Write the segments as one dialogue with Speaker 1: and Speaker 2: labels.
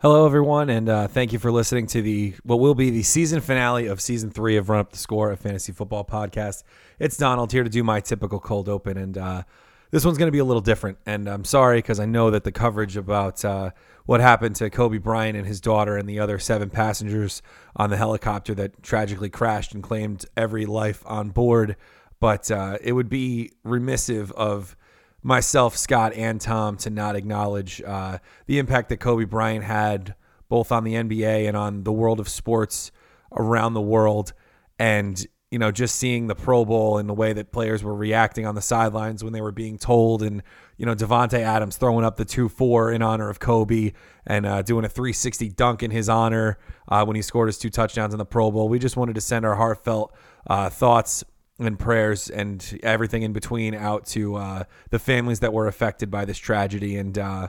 Speaker 1: Hello, everyone, and uh, thank you for listening to the what will be the season finale of season three of Run Up the Score, a fantasy football podcast. It's Donald here to do my typical cold open, and uh, this one's going to be a little different. And I'm sorry because I know that the coverage about uh, what happened to Kobe Bryant and his daughter and the other seven passengers on the helicopter that tragically crashed and claimed every life on board, but uh, it would be remissive of myself, Scott, and Tom to not acknowledge uh, the impact that Kobe Bryant had both on the NBA and on the world of sports around the world. And, you know, just seeing the Pro Bowl and the way that players were reacting on the sidelines when they were being told, and, you know, Devontae Adams throwing up the 2 4 in honor of Kobe and uh, doing a 360 dunk in his honor uh, when he scored his two touchdowns in the Pro Bowl. We just wanted to send our heartfelt uh, thoughts and prayers and everything in between out to uh, the families that were affected by this tragedy. And, uh,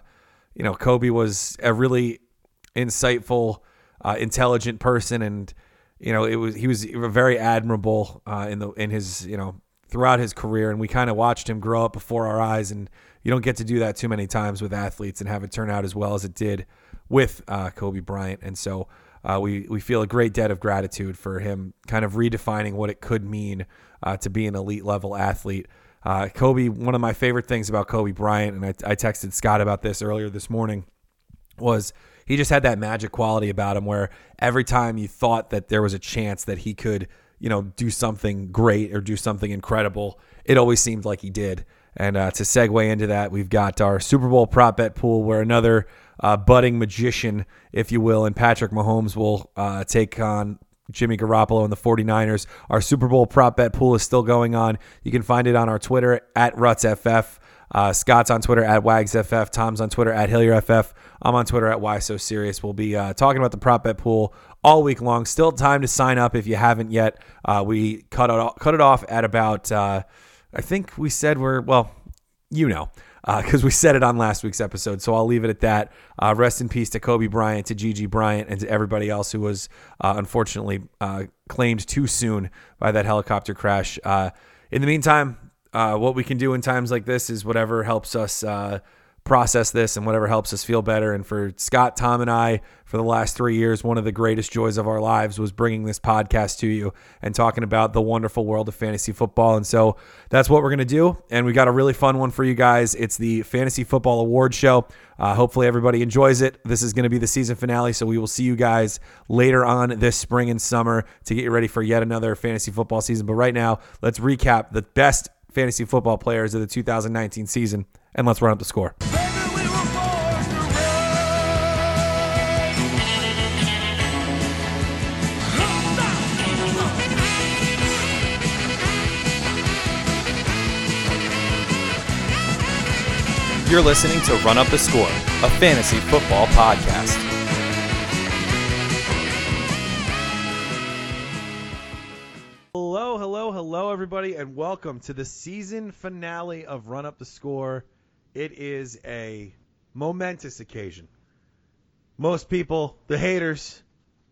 Speaker 1: you know, Kobe was a really insightful, uh, intelligent person. And, you know, it was, he was very admirable uh, in the, in his, you know, throughout his career. And we kind of watched him grow up before our eyes. And you don't get to do that too many times with athletes and have it turn out as well as it did with uh, Kobe Bryant. And so, uh, we we feel a great debt of gratitude for him, kind of redefining what it could mean uh, to be an elite level athlete. Uh, Kobe, one of my favorite things about Kobe Bryant, and I, I texted Scott about this earlier this morning, was he just had that magic quality about him where every time you thought that there was a chance that he could, you know, do something great or do something incredible, it always seemed like he did. And uh, to segue into that, we've got our Super Bowl prop bet pool where another uh, budding magician, if you will, and Patrick Mahomes will uh, take on Jimmy Garoppolo and the 49ers. Our Super Bowl prop bet pool is still going on. You can find it on our Twitter at RutsFF. Uh, Scott's on Twitter at WagsFF. Tom's on Twitter at HillierFF. I'm on Twitter at Why So Serious. We'll be uh, talking about the prop bet pool all week long. Still time to sign up if you haven't yet. Uh, we cut it off, cut it off at about. Uh, I think we said we're well. You know. Because we said it on last week's episode, so I'll leave it at that. Uh, rest in peace to Kobe Bryant, to Gigi Bryant, and to everybody else who was uh, unfortunately uh, claimed too soon by that helicopter crash. Uh, in the meantime, uh, what we can do in times like this is whatever helps us uh, process this and whatever helps us feel better. And for Scott, Tom, and I, for the last three years, one of the greatest joys of our lives was bringing this podcast to you and talking about the wonderful world of fantasy football. And so that's what we're going to do. And we got a really fun one for you guys. It's the Fantasy Football Award Show. Uh, hopefully, everybody enjoys it. This is going to be the season finale. So we will see you guys later on this spring and summer to get you ready for yet another fantasy football season. But right now, let's recap the best fantasy football players of the 2019 season and let's run up the score.
Speaker 2: Baby, we were born to run.
Speaker 3: You're listening to Run Up the Score, a fantasy football podcast.
Speaker 1: Hello, hello, hello, everybody, and welcome to the season finale of Run Up the Score. It is a momentous occasion. Most people, the haters,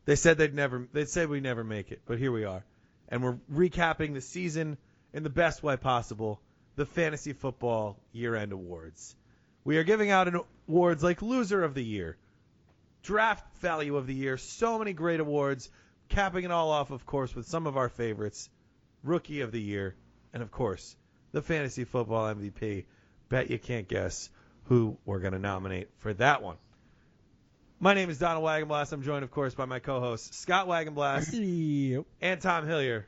Speaker 1: they said they'd never, they said we never make it, but here we are, and we're recapping the season in the best way possible. The Fantasy Football Year-End Awards. We are giving out an awards like Loser of the Year, draft value of the year. So many great awards, capping it all off, of course, with some of our favorites, rookie of the year, and of course, the fantasy football MVP. Bet you can't guess who we're going to nominate for that one. My name is Donald Wagenblast. I'm joined, of course, by my co-hosts Scott Wagenblast and Tom Hillier.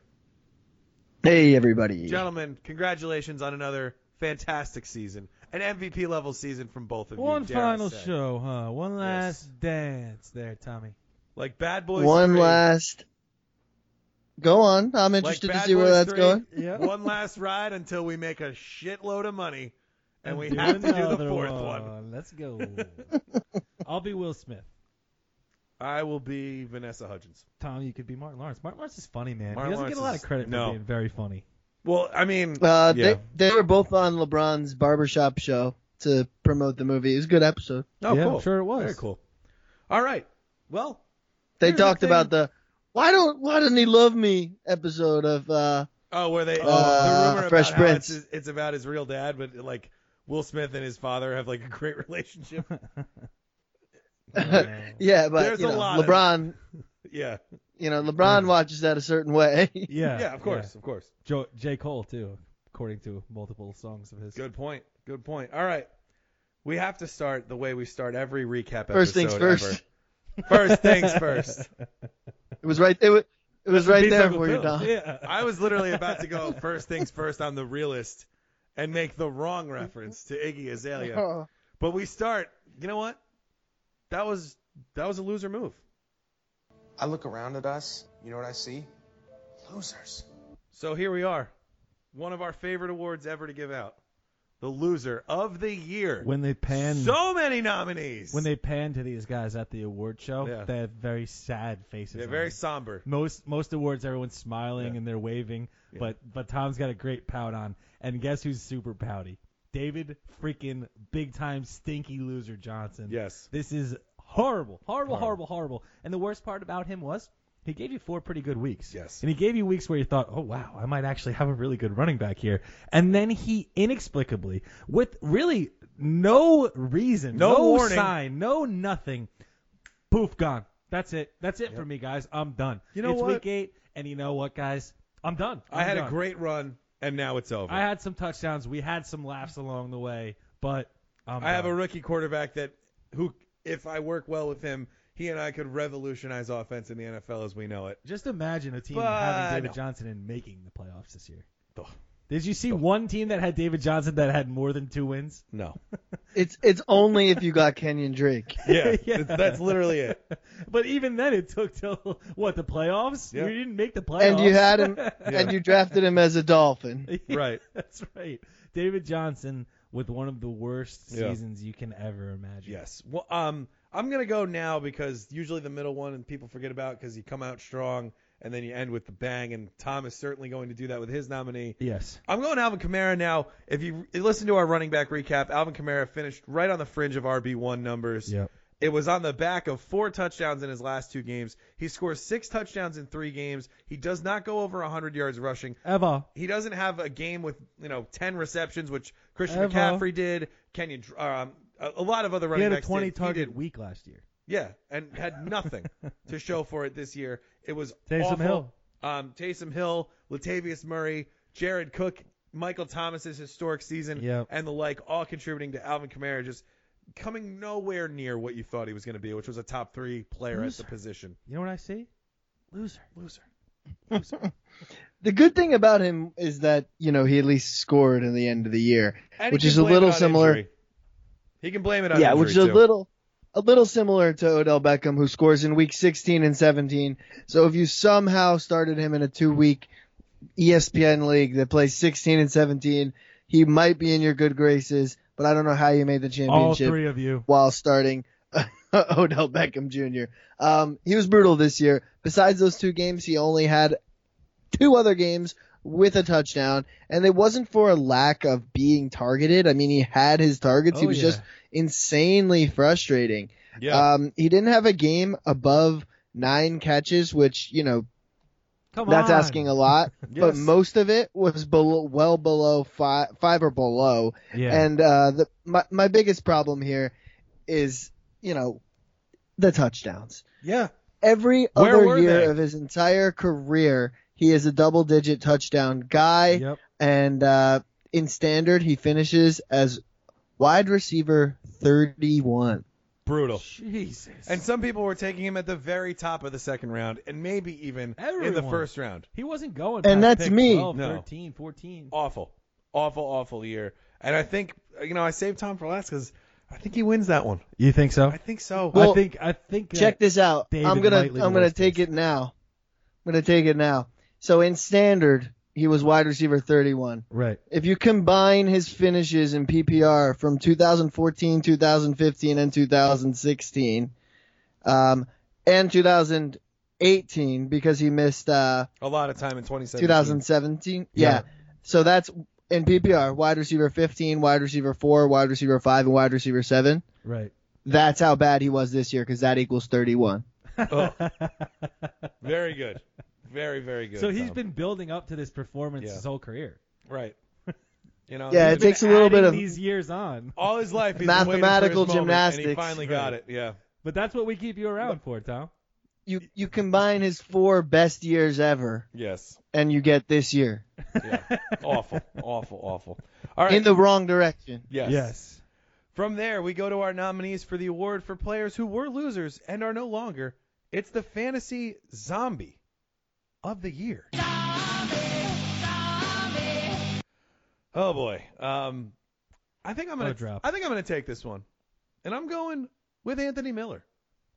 Speaker 4: Hey everybody.
Speaker 1: Gentlemen, congratulations on another fantastic season, an MVP level season from both of you.
Speaker 5: One
Speaker 1: dare I
Speaker 5: final
Speaker 1: say.
Speaker 5: show, huh? One last dance there, Tommy.
Speaker 1: like Bad Boys.
Speaker 4: One
Speaker 1: 3.
Speaker 4: last. Go on. I'm
Speaker 1: Like
Speaker 4: interested to
Speaker 1: Bad
Speaker 4: see where
Speaker 1: Boys
Speaker 4: that's
Speaker 1: 3,
Speaker 4: going.
Speaker 5: Yeah.
Speaker 1: One last ride until we make a shitload of money, and we
Speaker 5: Do
Speaker 1: have to do the
Speaker 5: another
Speaker 1: fourth one.
Speaker 5: Let's go. I'll be Will Smith.
Speaker 1: I will be Vanessa Hudgens.
Speaker 5: Tom, you could be Martin Lawrence. Martin Lawrence is funny, man.
Speaker 1: Martin
Speaker 5: he doesn't get a lot
Speaker 1: Lawrence
Speaker 5: of
Speaker 1: is-
Speaker 5: credit
Speaker 1: no.
Speaker 5: for being very funny.
Speaker 1: Well, I mean, yeah.
Speaker 4: Uh, they, they were both on LeBron's barbershop show to promote the movie. It was a good episode.
Speaker 1: oh,
Speaker 5: yeah,
Speaker 1: cool.
Speaker 5: I'm sure it was.
Speaker 1: Very cool. All right. Well,
Speaker 4: They
Speaker 1: Here's the
Speaker 4: talked
Speaker 1: thing.
Speaker 4: about the why don't why doesn't he love me episode of uh
Speaker 1: oh, where they?
Speaker 4: Uh,
Speaker 1: the rumor
Speaker 4: Fresh
Speaker 1: about how
Speaker 4: Prince.
Speaker 1: It's, it's about his real dad, but like Will Smith and his father have like a great relationship.
Speaker 5: Uh,
Speaker 4: Yeah, but
Speaker 6: There's
Speaker 4: you
Speaker 6: a
Speaker 4: know,
Speaker 6: lot of-
Speaker 4: LeBron,
Speaker 6: Yeah.
Speaker 4: you know, LeBron watches that a certain way.
Speaker 5: yeah,
Speaker 6: Yeah, of course, of course.
Speaker 5: Jo- J. Cole too, according to multiple songs of his.
Speaker 6: Good point. Good point. All right. We have to start the way we start every recap
Speaker 4: First things
Speaker 6: episode
Speaker 4: first.
Speaker 6: ever. First things first.
Speaker 4: It was right. It was, it was right
Speaker 6: beats
Speaker 4: there
Speaker 6: up a
Speaker 4: for you,
Speaker 6: bill.
Speaker 4: Don.
Speaker 5: Yeah.
Speaker 6: I was literally about to go first things first on the realist and make the wrong reference to Iggy Azalea.
Speaker 4: Oh,
Speaker 6: But we start, you know what? That was that was a loser move.
Speaker 7: I look around at us, you know what I see? Losers.
Speaker 6: So here we are. One of our favorite awards ever to give out. The loser of the year.
Speaker 5: When they pan,
Speaker 6: so many nominees.
Speaker 5: when they pan to these guys at the award show,
Speaker 6: Yeah.
Speaker 5: they have very sad faces.
Speaker 6: They're
Speaker 5: on
Speaker 6: very
Speaker 5: them.
Speaker 6: somber.
Speaker 5: most most awards, everyone's smiling
Speaker 6: Yeah.
Speaker 5: and they're waving, but but Tom's got a great pout on, and guess who's super pouty? David freaking big time stinky loser Johnson.
Speaker 6: Yes.
Speaker 5: This is horrible, horrible, horrible, horrible. And the worst part about him was he gave you four pretty good weeks.
Speaker 6: Yes.
Speaker 5: And he gave you weeks where you thought, oh, wow, I might actually have a really good running back here. And then he inexplicably, with really no reason,
Speaker 6: No warning.
Speaker 5: sign, no nothing, poof, gone. That's it. That's it for me, guys. I'm done.
Speaker 6: You know
Speaker 5: it's
Speaker 6: what?
Speaker 5: week eight, and you know what, guys? I'm done.
Speaker 6: I
Speaker 5: I'm
Speaker 6: had a
Speaker 5: done.
Speaker 6: great run and now it's over.
Speaker 5: I had some touchdowns. We had some laughs along the way, but I'm
Speaker 6: I have a
Speaker 5: done.
Speaker 6: rookie quarterback that who, if I work well with him, he and I could revolutionize offense in the NFL as we know it.
Speaker 5: Just imagine a team
Speaker 6: But-
Speaker 5: having David
Speaker 6: no.
Speaker 5: Johnson and making the playoffs this year.
Speaker 6: Ugh.
Speaker 5: Did you see one team that had David Johnson that had more than two wins?
Speaker 6: No.
Speaker 4: It's it's only if you got Kenyon Drake.
Speaker 6: Yeah,
Speaker 5: Yeah.
Speaker 6: That's, that's literally it.
Speaker 5: But even then, it took till what the playoffs?
Speaker 6: Yeah.
Speaker 5: You didn't make the playoffs.
Speaker 4: And you had him, and you drafted him as a Dolphin.
Speaker 6: Right.
Speaker 5: That's right. David Johnson with one of the worst
Speaker 6: Yeah.
Speaker 5: seasons you can ever imagine.
Speaker 6: Yes. Well, um, I'm gonna go now because usually the middle one and people forget about because you come out strong and then you end with the bang. And Tom is certainly going to do that with his nominee.
Speaker 5: Yes.
Speaker 6: I'm going Alvin Kamara now. If you listen to our running back recap, Alvin Kamara finished right on the fringe of RB1 numbers.
Speaker 5: Yep.
Speaker 6: It was on the back of four touchdowns in his last two games. He scores six touchdowns in three games. He does not go over 100 yards rushing.
Speaker 5: Ever.
Speaker 6: He doesn't have a game with you know 10 receptions, which Christian
Speaker 5: Ever.
Speaker 6: McCaffrey did. Kenyon, Dr- um, a, a lot of other
Speaker 5: He
Speaker 6: running
Speaker 5: had a
Speaker 6: backs
Speaker 5: 20
Speaker 6: did. He
Speaker 5: target
Speaker 6: did.
Speaker 5: week last year.
Speaker 6: Yeah, and had nothing to show for it this year. It was
Speaker 5: Taysom
Speaker 6: awful.
Speaker 5: Hill.
Speaker 6: Um, Taysom Hill, Latavius Murray, Jared Cook, Michael Thomas's historic season,
Speaker 5: Yep.
Speaker 6: and the like, all contributing to Alvin Kamara just coming nowhere near what you thought he was going to be, which was a top three player at the position.
Speaker 5: You know what I see? Loser. Loser.
Speaker 4: The good thing about him is that you know he at least scored in the end of the year,
Speaker 6: And he
Speaker 4: which
Speaker 6: can
Speaker 4: is a
Speaker 6: blame it
Speaker 4: little
Speaker 6: on
Speaker 4: similar.
Speaker 6: injury. He can blame it on
Speaker 4: Yeah,
Speaker 6: injury,
Speaker 4: which is a
Speaker 6: too.
Speaker 4: little a little similar to Odell Beckham who scores in week 16 and 17. So if you somehow started him in a E two week ESPN league that plays 16 and 17, he might be in your good graces, but I don't know how you made the
Speaker 5: All
Speaker 4: championship
Speaker 5: three of you.
Speaker 4: while starting Odell Beckham Jr. Um, he was brutal this year. Besides those two games, he only had two other games with a touchdown, and it wasn't for a lack of being targeted. I mean, he had his targets. he
Speaker 5: Oh,
Speaker 4: was
Speaker 5: yeah.
Speaker 4: just insanely frustrating.
Speaker 6: Yeah.
Speaker 4: Um, he didn't have a game above nine catches, which you know
Speaker 5: Come
Speaker 4: that's
Speaker 5: on.
Speaker 4: asking a lot. But
Speaker 6: Yes.
Speaker 4: most of it was below, well below five, five or below.
Speaker 5: Yeah.
Speaker 4: And uh, the, my my biggest problem here is you know the touchdowns.
Speaker 6: yeah.
Speaker 4: Every
Speaker 6: Where were
Speaker 4: other year
Speaker 6: they?
Speaker 4: of his entire career, he is a double digit touchdown guy,
Speaker 5: yep.
Speaker 4: and uh, in standard, he finishes as wide receiver thirty one.
Speaker 6: Brutal.
Speaker 5: Jesus.
Speaker 6: And some people were taking him at the very top of the second round and maybe even in the
Speaker 5: Everyone.
Speaker 6: first round.
Speaker 5: he wasn't going.
Speaker 4: And
Speaker 5: past
Speaker 4: that's
Speaker 5: pick
Speaker 4: me.
Speaker 5: 12,
Speaker 6: No.
Speaker 5: 13, 14.
Speaker 6: awful, awful, awful year. And I think you know I saved Tom for last because I think he wins that one.
Speaker 5: You think so?
Speaker 6: I think so.
Speaker 4: Well,
Speaker 5: I think. I think. that-
Speaker 4: Check this out.
Speaker 5: David
Speaker 4: I'm gonna
Speaker 5: might lead
Speaker 4: I'm
Speaker 5: the
Speaker 4: gonna
Speaker 5: West
Speaker 4: take
Speaker 5: Coast.
Speaker 4: it now. I'm gonna take it now. So in standard, he was wide receiver 31.
Speaker 5: Right.
Speaker 4: If you combine his finishes in PPR from 2014, 2015, and 2016, um, and 2018 because he missed uh,
Speaker 6: a lot of time in 2017.
Speaker 4: 2017. Yeah.
Speaker 5: Yeah.
Speaker 4: So that's in PPR wide receiver 15, wide receiver 4, wide receiver 5, and wide receiver 7.
Speaker 5: Right.
Speaker 4: That's how bad he was this year because that equals 31.
Speaker 6: Very good, very very good.
Speaker 5: so he's
Speaker 6: Tom.
Speaker 5: been building up to this performance
Speaker 6: Yeah.
Speaker 5: his whole career.
Speaker 6: right. You know,
Speaker 4: Yeah,
Speaker 6: he's
Speaker 4: it
Speaker 6: been-
Speaker 4: takes a little bit
Speaker 5: Adding
Speaker 4: of
Speaker 5: these years on.
Speaker 6: all his life. He's
Speaker 4: Mathematical
Speaker 6: been waiting for his moment, and he
Speaker 4: gymnastics.
Speaker 6: finally got it. Yeah.
Speaker 5: But But that's what we keep you around for, Tom.
Speaker 4: You you combine his four best years ever,
Speaker 6: Yes.
Speaker 4: and you get this year
Speaker 6: Yeah. awful. Awful. Awful. All right.
Speaker 4: in the wrong direction.
Speaker 6: yes. From there, we go to our nominees for the award for players who were losers and are no longer. It's the fantasy zombie of the year. Oh boy. Um, I think I'm
Speaker 5: What
Speaker 6: gonna.
Speaker 5: a Oh, drop.
Speaker 6: I think I'm gonna take this one, and I'm going with Anthony Miller.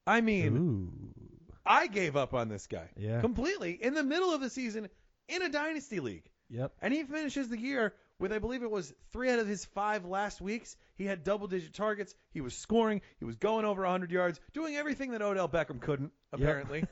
Speaker 6: I mean,
Speaker 5: Ooh.
Speaker 6: I gave up on this guy
Speaker 5: Yeah.
Speaker 6: completely in the middle of the season in a dynasty league.
Speaker 5: Yep.
Speaker 6: And he finishes the year with, I believe it was three out of his five last weeks. He had double digit targets. He was scoring. He was going over 100 yards, doing everything that Odell Beckham couldn't, apparently.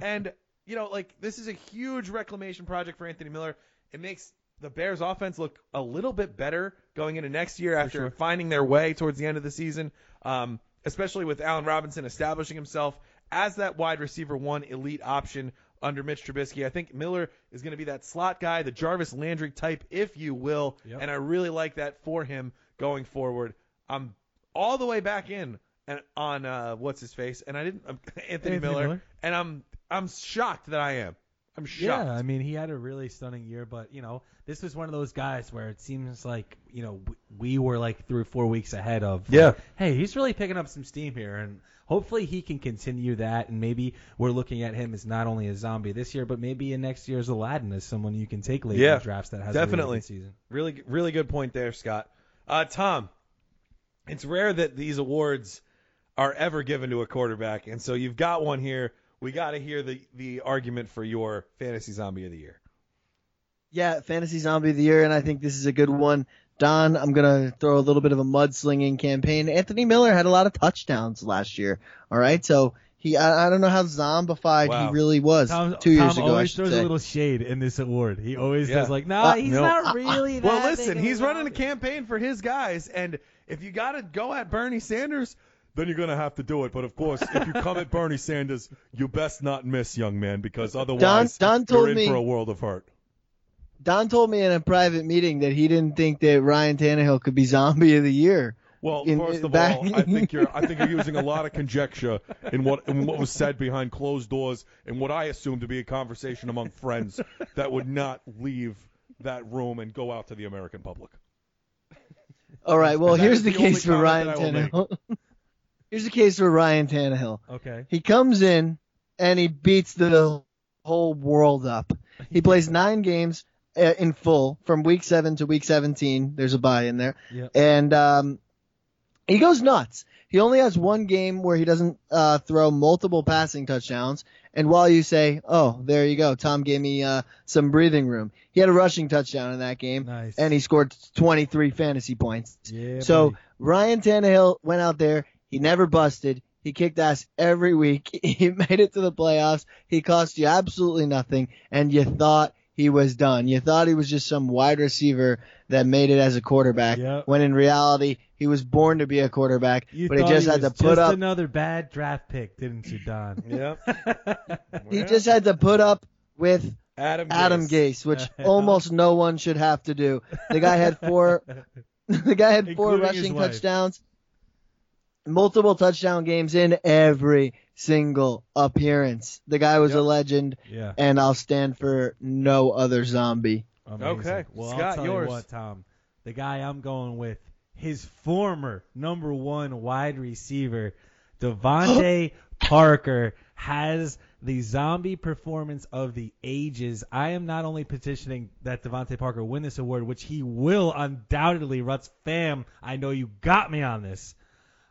Speaker 6: and, you know, like, this is a huge reclamation project for Anthony Miller. It makes the Bears' offense look a little bit better going into next year after
Speaker 5: sure.
Speaker 6: finding their way towards the end of the season, um, especially with Allen Robinson establishing himself as that wide receiver one elite option under Mitch Trubisky. I think Miller is going to be that slot guy, the Jarvis Landry type, if you will,
Speaker 5: Yep.
Speaker 6: and I really like that for him going forward. I'm all the way back in and on uh, what's his face, and I didn't um, Anthony,
Speaker 5: Anthony
Speaker 6: Miller,
Speaker 5: Miller.
Speaker 6: and I'm I'm shocked that I am. I'm shocked.
Speaker 5: Yeah, I mean, he had a really stunning year, but you know, this was one of those guys where it seems like you know w- we were like three or four weeks ahead of. like,
Speaker 6: Yeah.
Speaker 5: hey, he's really picking up some steam here, and hopefully he can continue that. And maybe we're looking at him as not only a zombie this year, but maybe in next year's Aladdin as someone you can take late
Speaker 6: Yeah,
Speaker 5: in drafts that has a really
Speaker 6: definitely.
Speaker 5: good season.
Speaker 6: Really, really good point there, Scott. Uh, Tom, it's rare that these awards are ever given to a quarterback, and so you've got one here. We got to hear the the argument for your fantasy zombie of the year.
Speaker 4: Yeah, fantasy zombie of the year, and I think this is a good one. Don, I'm gonna throw a little bit of a mudslinging campaign. Anthony Miller had a lot of touchdowns last year. All right, so he I, I don't know how zombified
Speaker 6: Wow.
Speaker 4: he really was
Speaker 5: Tom,
Speaker 4: two
Speaker 5: Tom
Speaker 4: years ago. I
Speaker 5: always
Speaker 4: should
Speaker 5: throws
Speaker 4: say.
Speaker 5: a little shade in this award. He always
Speaker 6: Yeah.
Speaker 5: does like, nah,
Speaker 4: Uh,
Speaker 5: he's
Speaker 6: no.
Speaker 5: not really. that
Speaker 6: Well,
Speaker 5: big
Speaker 6: listen,
Speaker 5: of a
Speaker 6: he's running a
Speaker 5: zombie.
Speaker 6: campaign for his guys, and if you got to go at Bernie Sanders, then you're gonna have to do it. But of course, if you come at Bernie Sanders, you best not miss, young man, because otherwise
Speaker 4: Don
Speaker 6: you're
Speaker 4: told
Speaker 6: in
Speaker 4: me-
Speaker 6: for a world of hurt.
Speaker 4: Don told me in a private meeting that he didn't think that Ryan Tannehill could be zombie of the year.
Speaker 6: Well,
Speaker 4: in-
Speaker 6: first of
Speaker 4: back-
Speaker 6: all, I think you're I think you're using a lot of conjecture in what in what was said behind closed doors and what I assume to be a conversation among friends that would not leave that room and go out to the American public.
Speaker 4: All right, well
Speaker 6: That
Speaker 4: here's
Speaker 6: is
Speaker 4: the,
Speaker 6: the only
Speaker 4: case for Ryan
Speaker 6: comment that I
Speaker 4: Tannehill. here's the case for Ryan Tannehill.
Speaker 5: Okay.
Speaker 4: He comes in and he beats the whole world up. He plays nine games uh, in full from week seven to week 17. There's a bye in there.
Speaker 5: Yep.
Speaker 4: And um, he goes nuts. He only has one game where he doesn't uh, throw multiple passing touchdowns. And while you say, oh, there you go, Tom gave me uh, some breathing room, he had a rushing touchdown in that game.
Speaker 5: Nice.
Speaker 4: And he scored 23 fantasy points.
Speaker 5: Yeah,
Speaker 4: So
Speaker 5: buddy.
Speaker 4: Ryan Tannehill went out there. He never busted. He kicked ass every week. He made it to the playoffs. He cost you absolutely nothing, and you thought he was done. You thought he was just some wide receiver that made it as a quarterback.
Speaker 5: Yep.
Speaker 4: When in reality, he was born to be a quarterback,
Speaker 5: You
Speaker 4: but he
Speaker 5: thought
Speaker 4: just
Speaker 5: he
Speaker 4: had to
Speaker 5: was
Speaker 4: put
Speaker 5: just
Speaker 4: up.
Speaker 5: another bad draft pick, didn't you, Don?
Speaker 6: Yeah.
Speaker 4: He just had to put up with
Speaker 6: Adam
Speaker 4: Adam Gase, which almost no one should have to do. The guy had four. the guy had four
Speaker 5: Including his
Speaker 4: rushing
Speaker 5: wife.
Speaker 4: touchdowns, multiple touchdown games in every single appearance. The guy was a legend,
Speaker 5: Yeah.
Speaker 4: and I'll stand for no other zombie.
Speaker 5: Amazing.
Speaker 6: Okay.
Speaker 5: Well, I'll
Speaker 6: Scott,
Speaker 5: tell
Speaker 6: yours.
Speaker 5: you what, Tom. The guy I'm going with, his former number one wide receiver, Devontae Parker, has the zombie performance of the ages. I am not only petitioning that Devontae Parker win this award, which he will undoubtedly. Ruts fam, I know you got me on this.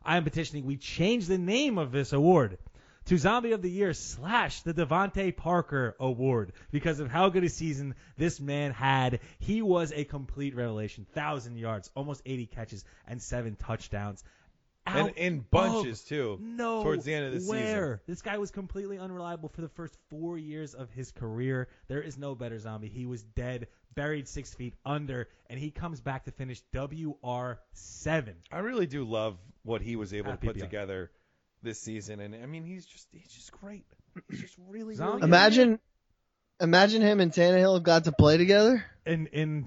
Speaker 5: I am petitioning we change the name of this award to Zombie of the Year slash the Devontae Parker Award because of how good a season this man had. He was a complete revelation. Thousand yards, almost 80 catches, and seven touchdowns.
Speaker 6: And
Speaker 5: Out
Speaker 6: in
Speaker 5: of
Speaker 6: bunches too.
Speaker 5: No.
Speaker 6: Towards the end of the season.
Speaker 5: where. This guy was completely unreliable for the first four years of his career. There is no better zombie. He was dead, buried six feet under, and he comes back to finish WR seven.
Speaker 6: I really do love what he was able
Speaker 5: Ah,
Speaker 6: to put
Speaker 5: PPR.
Speaker 6: together this season, and I mean he's just he's just great. He's just really,
Speaker 5: Zombie.
Speaker 6: really
Speaker 4: Imagine, imagine him and Tannehill got to play together.
Speaker 5: in in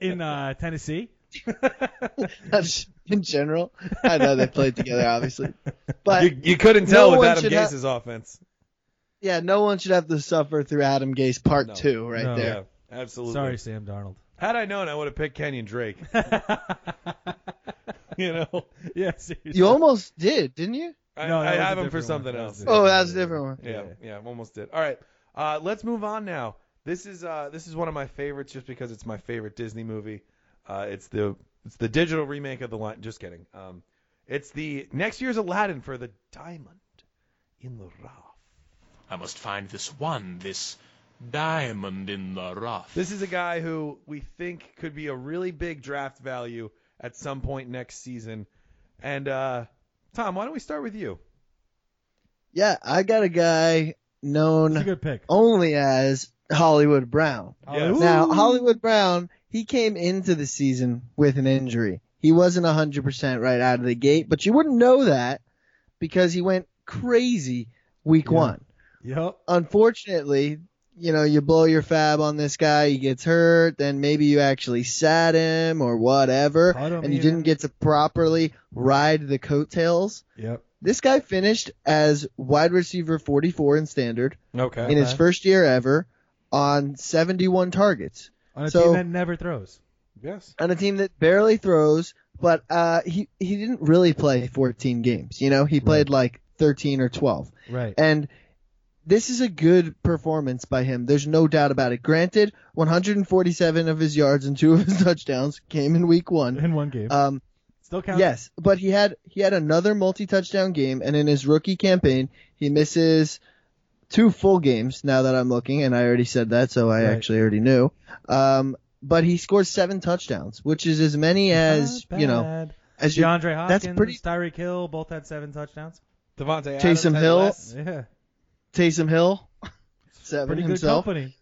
Speaker 5: in uh, Tennessee.
Speaker 4: That's in general. I know they played together, obviously, but
Speaker 6: You, you couldn't tell
Speaker 4: No
Speaker 6: with
Speaker 4: one
Speaker 6: Adam
Speaker 4: should ha-
Speaker 6: Gase's offense.
Speaker 4: yeah, no one should have to suffer through Adam Gase Part
Speaker 6: No.
Speaker 4: Two right
Speaker 5: No.
Speaker 4: there.
Speaker 6: Yeah, absolutely.
Speaker 5: Sorry, Sam Darnold.
Speaker 6: Had I known, I would have picked Kenyon Drake. you know,
Speaker 5: yeah, seriously.
Speaker 4: You almost did, didn't you?
Speaker 6: I,
Speaker 5: No, that
Speaker 6: I
Speaker 5: was a
Speaker 6: have him for
Speaker 5: different one.
Speaker 6: something
Speaker 5: That
Speaker 6: else.
Speaker 5: was
Speaker 4: Oh, that's a different one.
Speaker 6: Yeah, yeah, I'm almost did. All right, uh, let's move on now. This is uh, this is one of my favorites, just because it's my favorite Disney movie. Uh, it's the it's the digital remake of the line. Just kidding. Um, it's the next year's Aladdin for the diamond in the rough.
Speaker 8: I must find this one, this diamond in the rough.
Speaker 6: This is a guy who we think could be a really big draft value at some point next season. And uh, Tom, why don't we start with you?
Speaker 4: Yeah, I got a guy
Speaker 5: That's a
Speaker 4: known
Speaker 5: good pick.
Speaker 4: only as Hollywood Brown.
Speaker 6: Yes.
Speaker 5: Ooh.
Speaker 4: Now, Hollywood Brown, he came into the season with an injury. He wasn't 100% right out of the gate, but you wouldn't know that because he went crazy week
Speaker 5: Yeah.
Speaker 4: one.
Speaker 5: Yep.
Speaker 4: Unfortunately, you know, you blow your fab on this guy, he gets hurt, then maybe you actually sat him or whatever,
Speaker 5: Cut him
Speaker 4: and you
Speaker 5: even.
Speaker 4: didn't get to properly ride the coattails.
Speaker 5: Yep.
Speaker 4: This guy finished as wide receiver 44 in standard
Speaker 6: Okay.
Speaker 4: in his
Speaker 5: Okay.
Speaker 4: first year ever on 71 targets
Speaker 5: On a
Speaker 4: So-
Speaker 5: team that never throws.
Speaker 6: Yes.
Speaker 4: on a team that barely throws, but uh, he he didn't really play 14 games. You know, he played like 13 or 12,
Speaker 5: Right.
Speaker 4: and this is a good performance by him. There's no doubt about it. Granted, 147 of his yards and two of his touchdowns came in week one.
Speaker 5: In one game.
Speaker 4: Um,
Speaker 5: Still counts.
Speaker 4: Yes, but he had he had another multi-touchdown game, and in his rookie campaign, he misses two full games. Now that I'm looking, and I already said that, so I
Speaker 5: Right.
Speaker 4: actually already knew. Um, but he scores seven touchdowns, which is as many as
Speaker 5: Not
Speaker 4: you know
Speaker 5: bad.
Speaker 4: as you,
Speaker 5: DeAndre Hopkins,
Speaker 4: that's pretty-
Speaker 5: Tyreek Hill, both had seven touchdowns.
Speaker 6: Devontae Adams.
Speaker 4: Taysom
Speaker 6: had
Speaker 4: Hill.
Speaker 6: less.
Speaker 5: Yeah.
Speaker 4: Taysom Hill, seven
Speaker 5: Pretty
Speaker 4: himself.
Speaker 5: good company.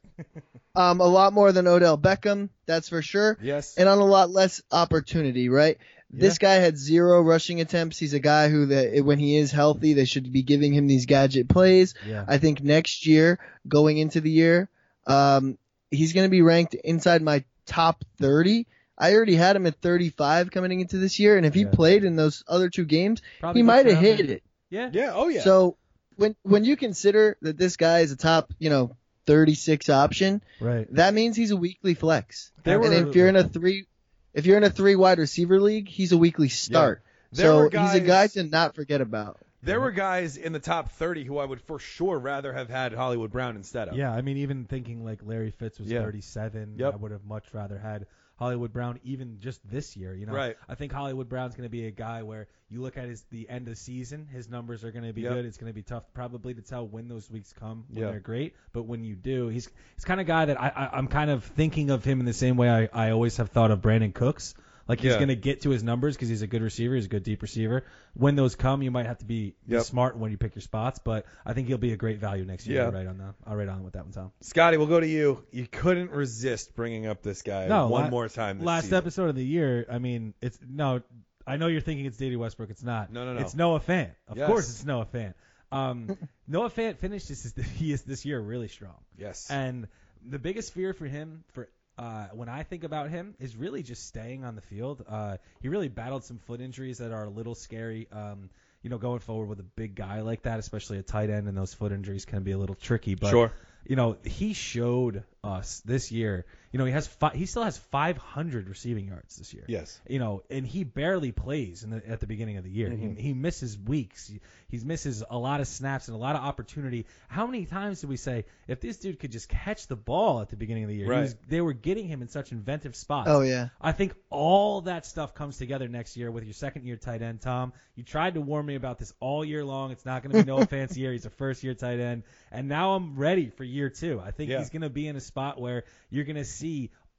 Speaker 4: Um, a lot more than Odell Beckham, that's for sure.
Speaker 6: Yes.
Speaker 4: and on a lot less opportunity, right? This guy had zero rushing attempts. He's a guy who, that when he is healthy, they should be giving him these gadget plays.
Speaker 5: Yeah.
Speaker 4: I think next year, going into the year, um, he's going to be ranked inside my top 30. I already had him at 35 coming into this year, and if he
Speaker 5: Yeah.
Speaker 4: played in those other two games,
Speaker 5: Probably
Speaker 4: he
Speaker 5: good
Speaker 4: might have
Speaker 5: round
Speaker 4: hit
Speaker 5: pick.
Speaker 4: it.
Speaker 5: Yeah.
Speaker 6: yeah. Oh yeah.
Speaker 4: So when when you consider that this guy is a top, you know, 36 option,
Speaker 5: Right.
Speaker 4: that means he's a weekly flex.
Speaker 5: There
Speaker 4: and
Speaker 5: were-
Speaker 4: if you're in a three, if you're in a three wide receiver league, he's a weekly start.
Speaker 6: There were
Speaker 4: so he's a guy
Speaker 6: guys-
Speaker 4: to not forget about.
Speaker 5: Mm-hmm.
Speaker 6: There were guys in the top 30 who I would for sure rather have had Hollywood Brown instead of.
Speaker 5: Yeah, I mean, even thinking like Larry Fitz was
Speaker 6: Yeah.
Speaker 5: 37,
Speaker 6: Yep.
Speaker 5: I would have much rather had Hollywood Brown even just this year. You know,
Speaker 6: Right.
Speaker 5: I think Hollywood Brown's going to be a guy where you look at his the end of the season, his numbers are going to be
Speaker 6: Yep.
Speaker 5: good. It's going to be tough probably to tell when those weeks come when
Speaker 6: Yeah.
Speaker 5: they're great, but when you do, he's he's kind of guy that I, I I'm kind of thinking of him in the same way I, I always have thought of Brandon Cooks. Like he's
Speaker 6: Yeah.
Speaker 5: going to get to his numbers because he's a good receiver, he's a good deep receiver. When those come, you might have to be, be
Speaker 6: Yep.
Speaker 5: smart when you pick your spots, but I think he'll be a great value next year.
Speaker 6: Yeah.
Speaker 5: You're right on that. I'll right on with that one, Tom.
Speaker 6: Scotty, we'll go to you. You couldn't resist bringing up this guy
Speaker 5: No,
Speaker 6: one
Speaker 5: la-
Speaker 6: more time this
Speaker 5: last
Speaker 6: season.
Speaker 5: episode of the year. I mean, it's no. I know you're thinking it's Dady Westbrook. It's not.
Speaker 6: No, no, no.
Speaker 5: It's Noah Fant. Of
Speaker 6: Yes.
Speaker 5: course, it's Noah Fant. Um, Noah Fant finished this. He is this year really strong.
Speaker 6: Yes.
Speaker 5: And the biggest fear for him, for uh, when I think about him, is really just staying on the field. Uh, he really battled some foot injuries that are a little scary. Um, you know, going forward with a big guy like that, especially a tight end, and those foot injuries can be a little tricky. But
Speaker 6: Sure.
Speaker 5: you know, he showed us this year. You know, he has fi- he still has 500 receiving yards this year
Speaker 6: Yes.
Speaker 5: you know, and he barely plays in the, at the beginning of the year. He, he misses weeks. He, he misses a lot of snaps and a lot of opportunity. How many times did we say if this dude could just catch the ball at the beginning of the year? he
Speaker 6: Right.
Speaker 5: was- they were getting him in such inventive spots.
Speaker 4: Oh yeah.
Speaker 5: I think all that stuff comes together next year with your second year tight end, Tom. You tried to warn me about this all year long. It's not going to be no fancy year. He's a first year tight end. And now I'm ready for year two. I think
Speaker 6: Yeah.
Speaker 5: he's going to be in a spot where you're going to see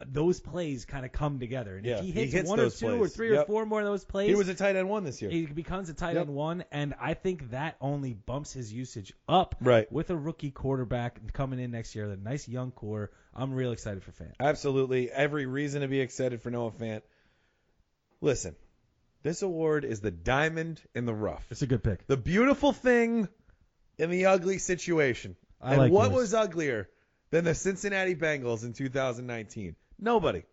Speaker 5: those plays kind of come together. And
Speaker 6: Yeah,
Speaker 5: if he
Speaker 6: he
Speaker 5: hits,
Speaker 6: hits
Speaker 5: one or
Speaker 6: those
Speaker 5: two or
Speaker 6: plays.
Speaker 5: three or
Speaker 6: Yep.
Speaker 5: four more of those plays,
Speaker 6: He was a tight end one this year.
Speaker 5: he becomes a tight
Speaker 6: Yep.
Speaker 5: end one, and I think that only bumps his usage up.
Speaker 6: Right.
Speaker 5: With a rookie quarterback coming in next year, the nice young core. I'm real excited for fan.
Speaker 6: Absolutely. Every reason to be excited for Noah Fant. Listen, this award is the diamond in the rough.
Speaker 5: It's a good pick.
Speaker 6: The beautiful thing in the ugly situation.
Speaker 5: I
Speaker 6: and
Speaker 5: like
Speaker 6: what
Speaker 5: yours.
Speaker 6: was uglier than the Cincinnati Bengals in 2019? Nobody.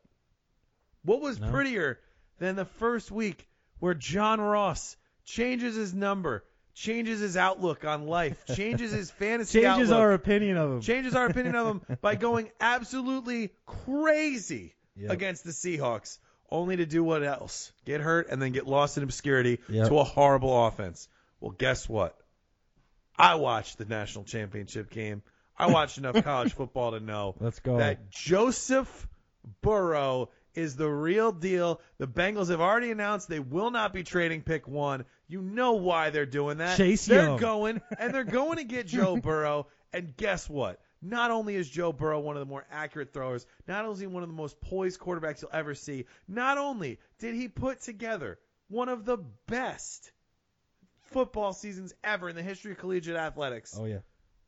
Speaker 6: What was
Speaker 5: No.
Speaker 6: prettier than the first week where John Ross changes his number, changes his outlook on life, changes his fantasy
Speaker 5: Changes
Speaker 6: outlook,
Speaker 5: our opinion of him.
Speaker 6: changes our opinion of him by going absolutely crazy
Speaker 5: Yep.
Speaker 6: against the Seahawks, only to do what else? Get hurt and then get lost in obscurity
Speaker 5: Yep.
Speaker 6: to a horrible offense. Well, guess what? I watched the national championship game. I watched enough college football to know
Speaker 5: Let's go.
Speaker 6: that Joseph Burrow is the real deal. The Bengals have already announced they will not be trading pick one. You know why they're doing that.
Speaker 5: Chase
Speaker 6: they're
Speaker 5: Young.
Speaker 6: going and they're going to get Joe Burrow. And guess what? Not only is Joe Burrow one of the more accurate throwers, not only is he one of the most poised quarterbacks you'll ever see, not only did he put together one of the best football seasons ever in the history of collegiate athletics,
Speaker 5: oh yeah,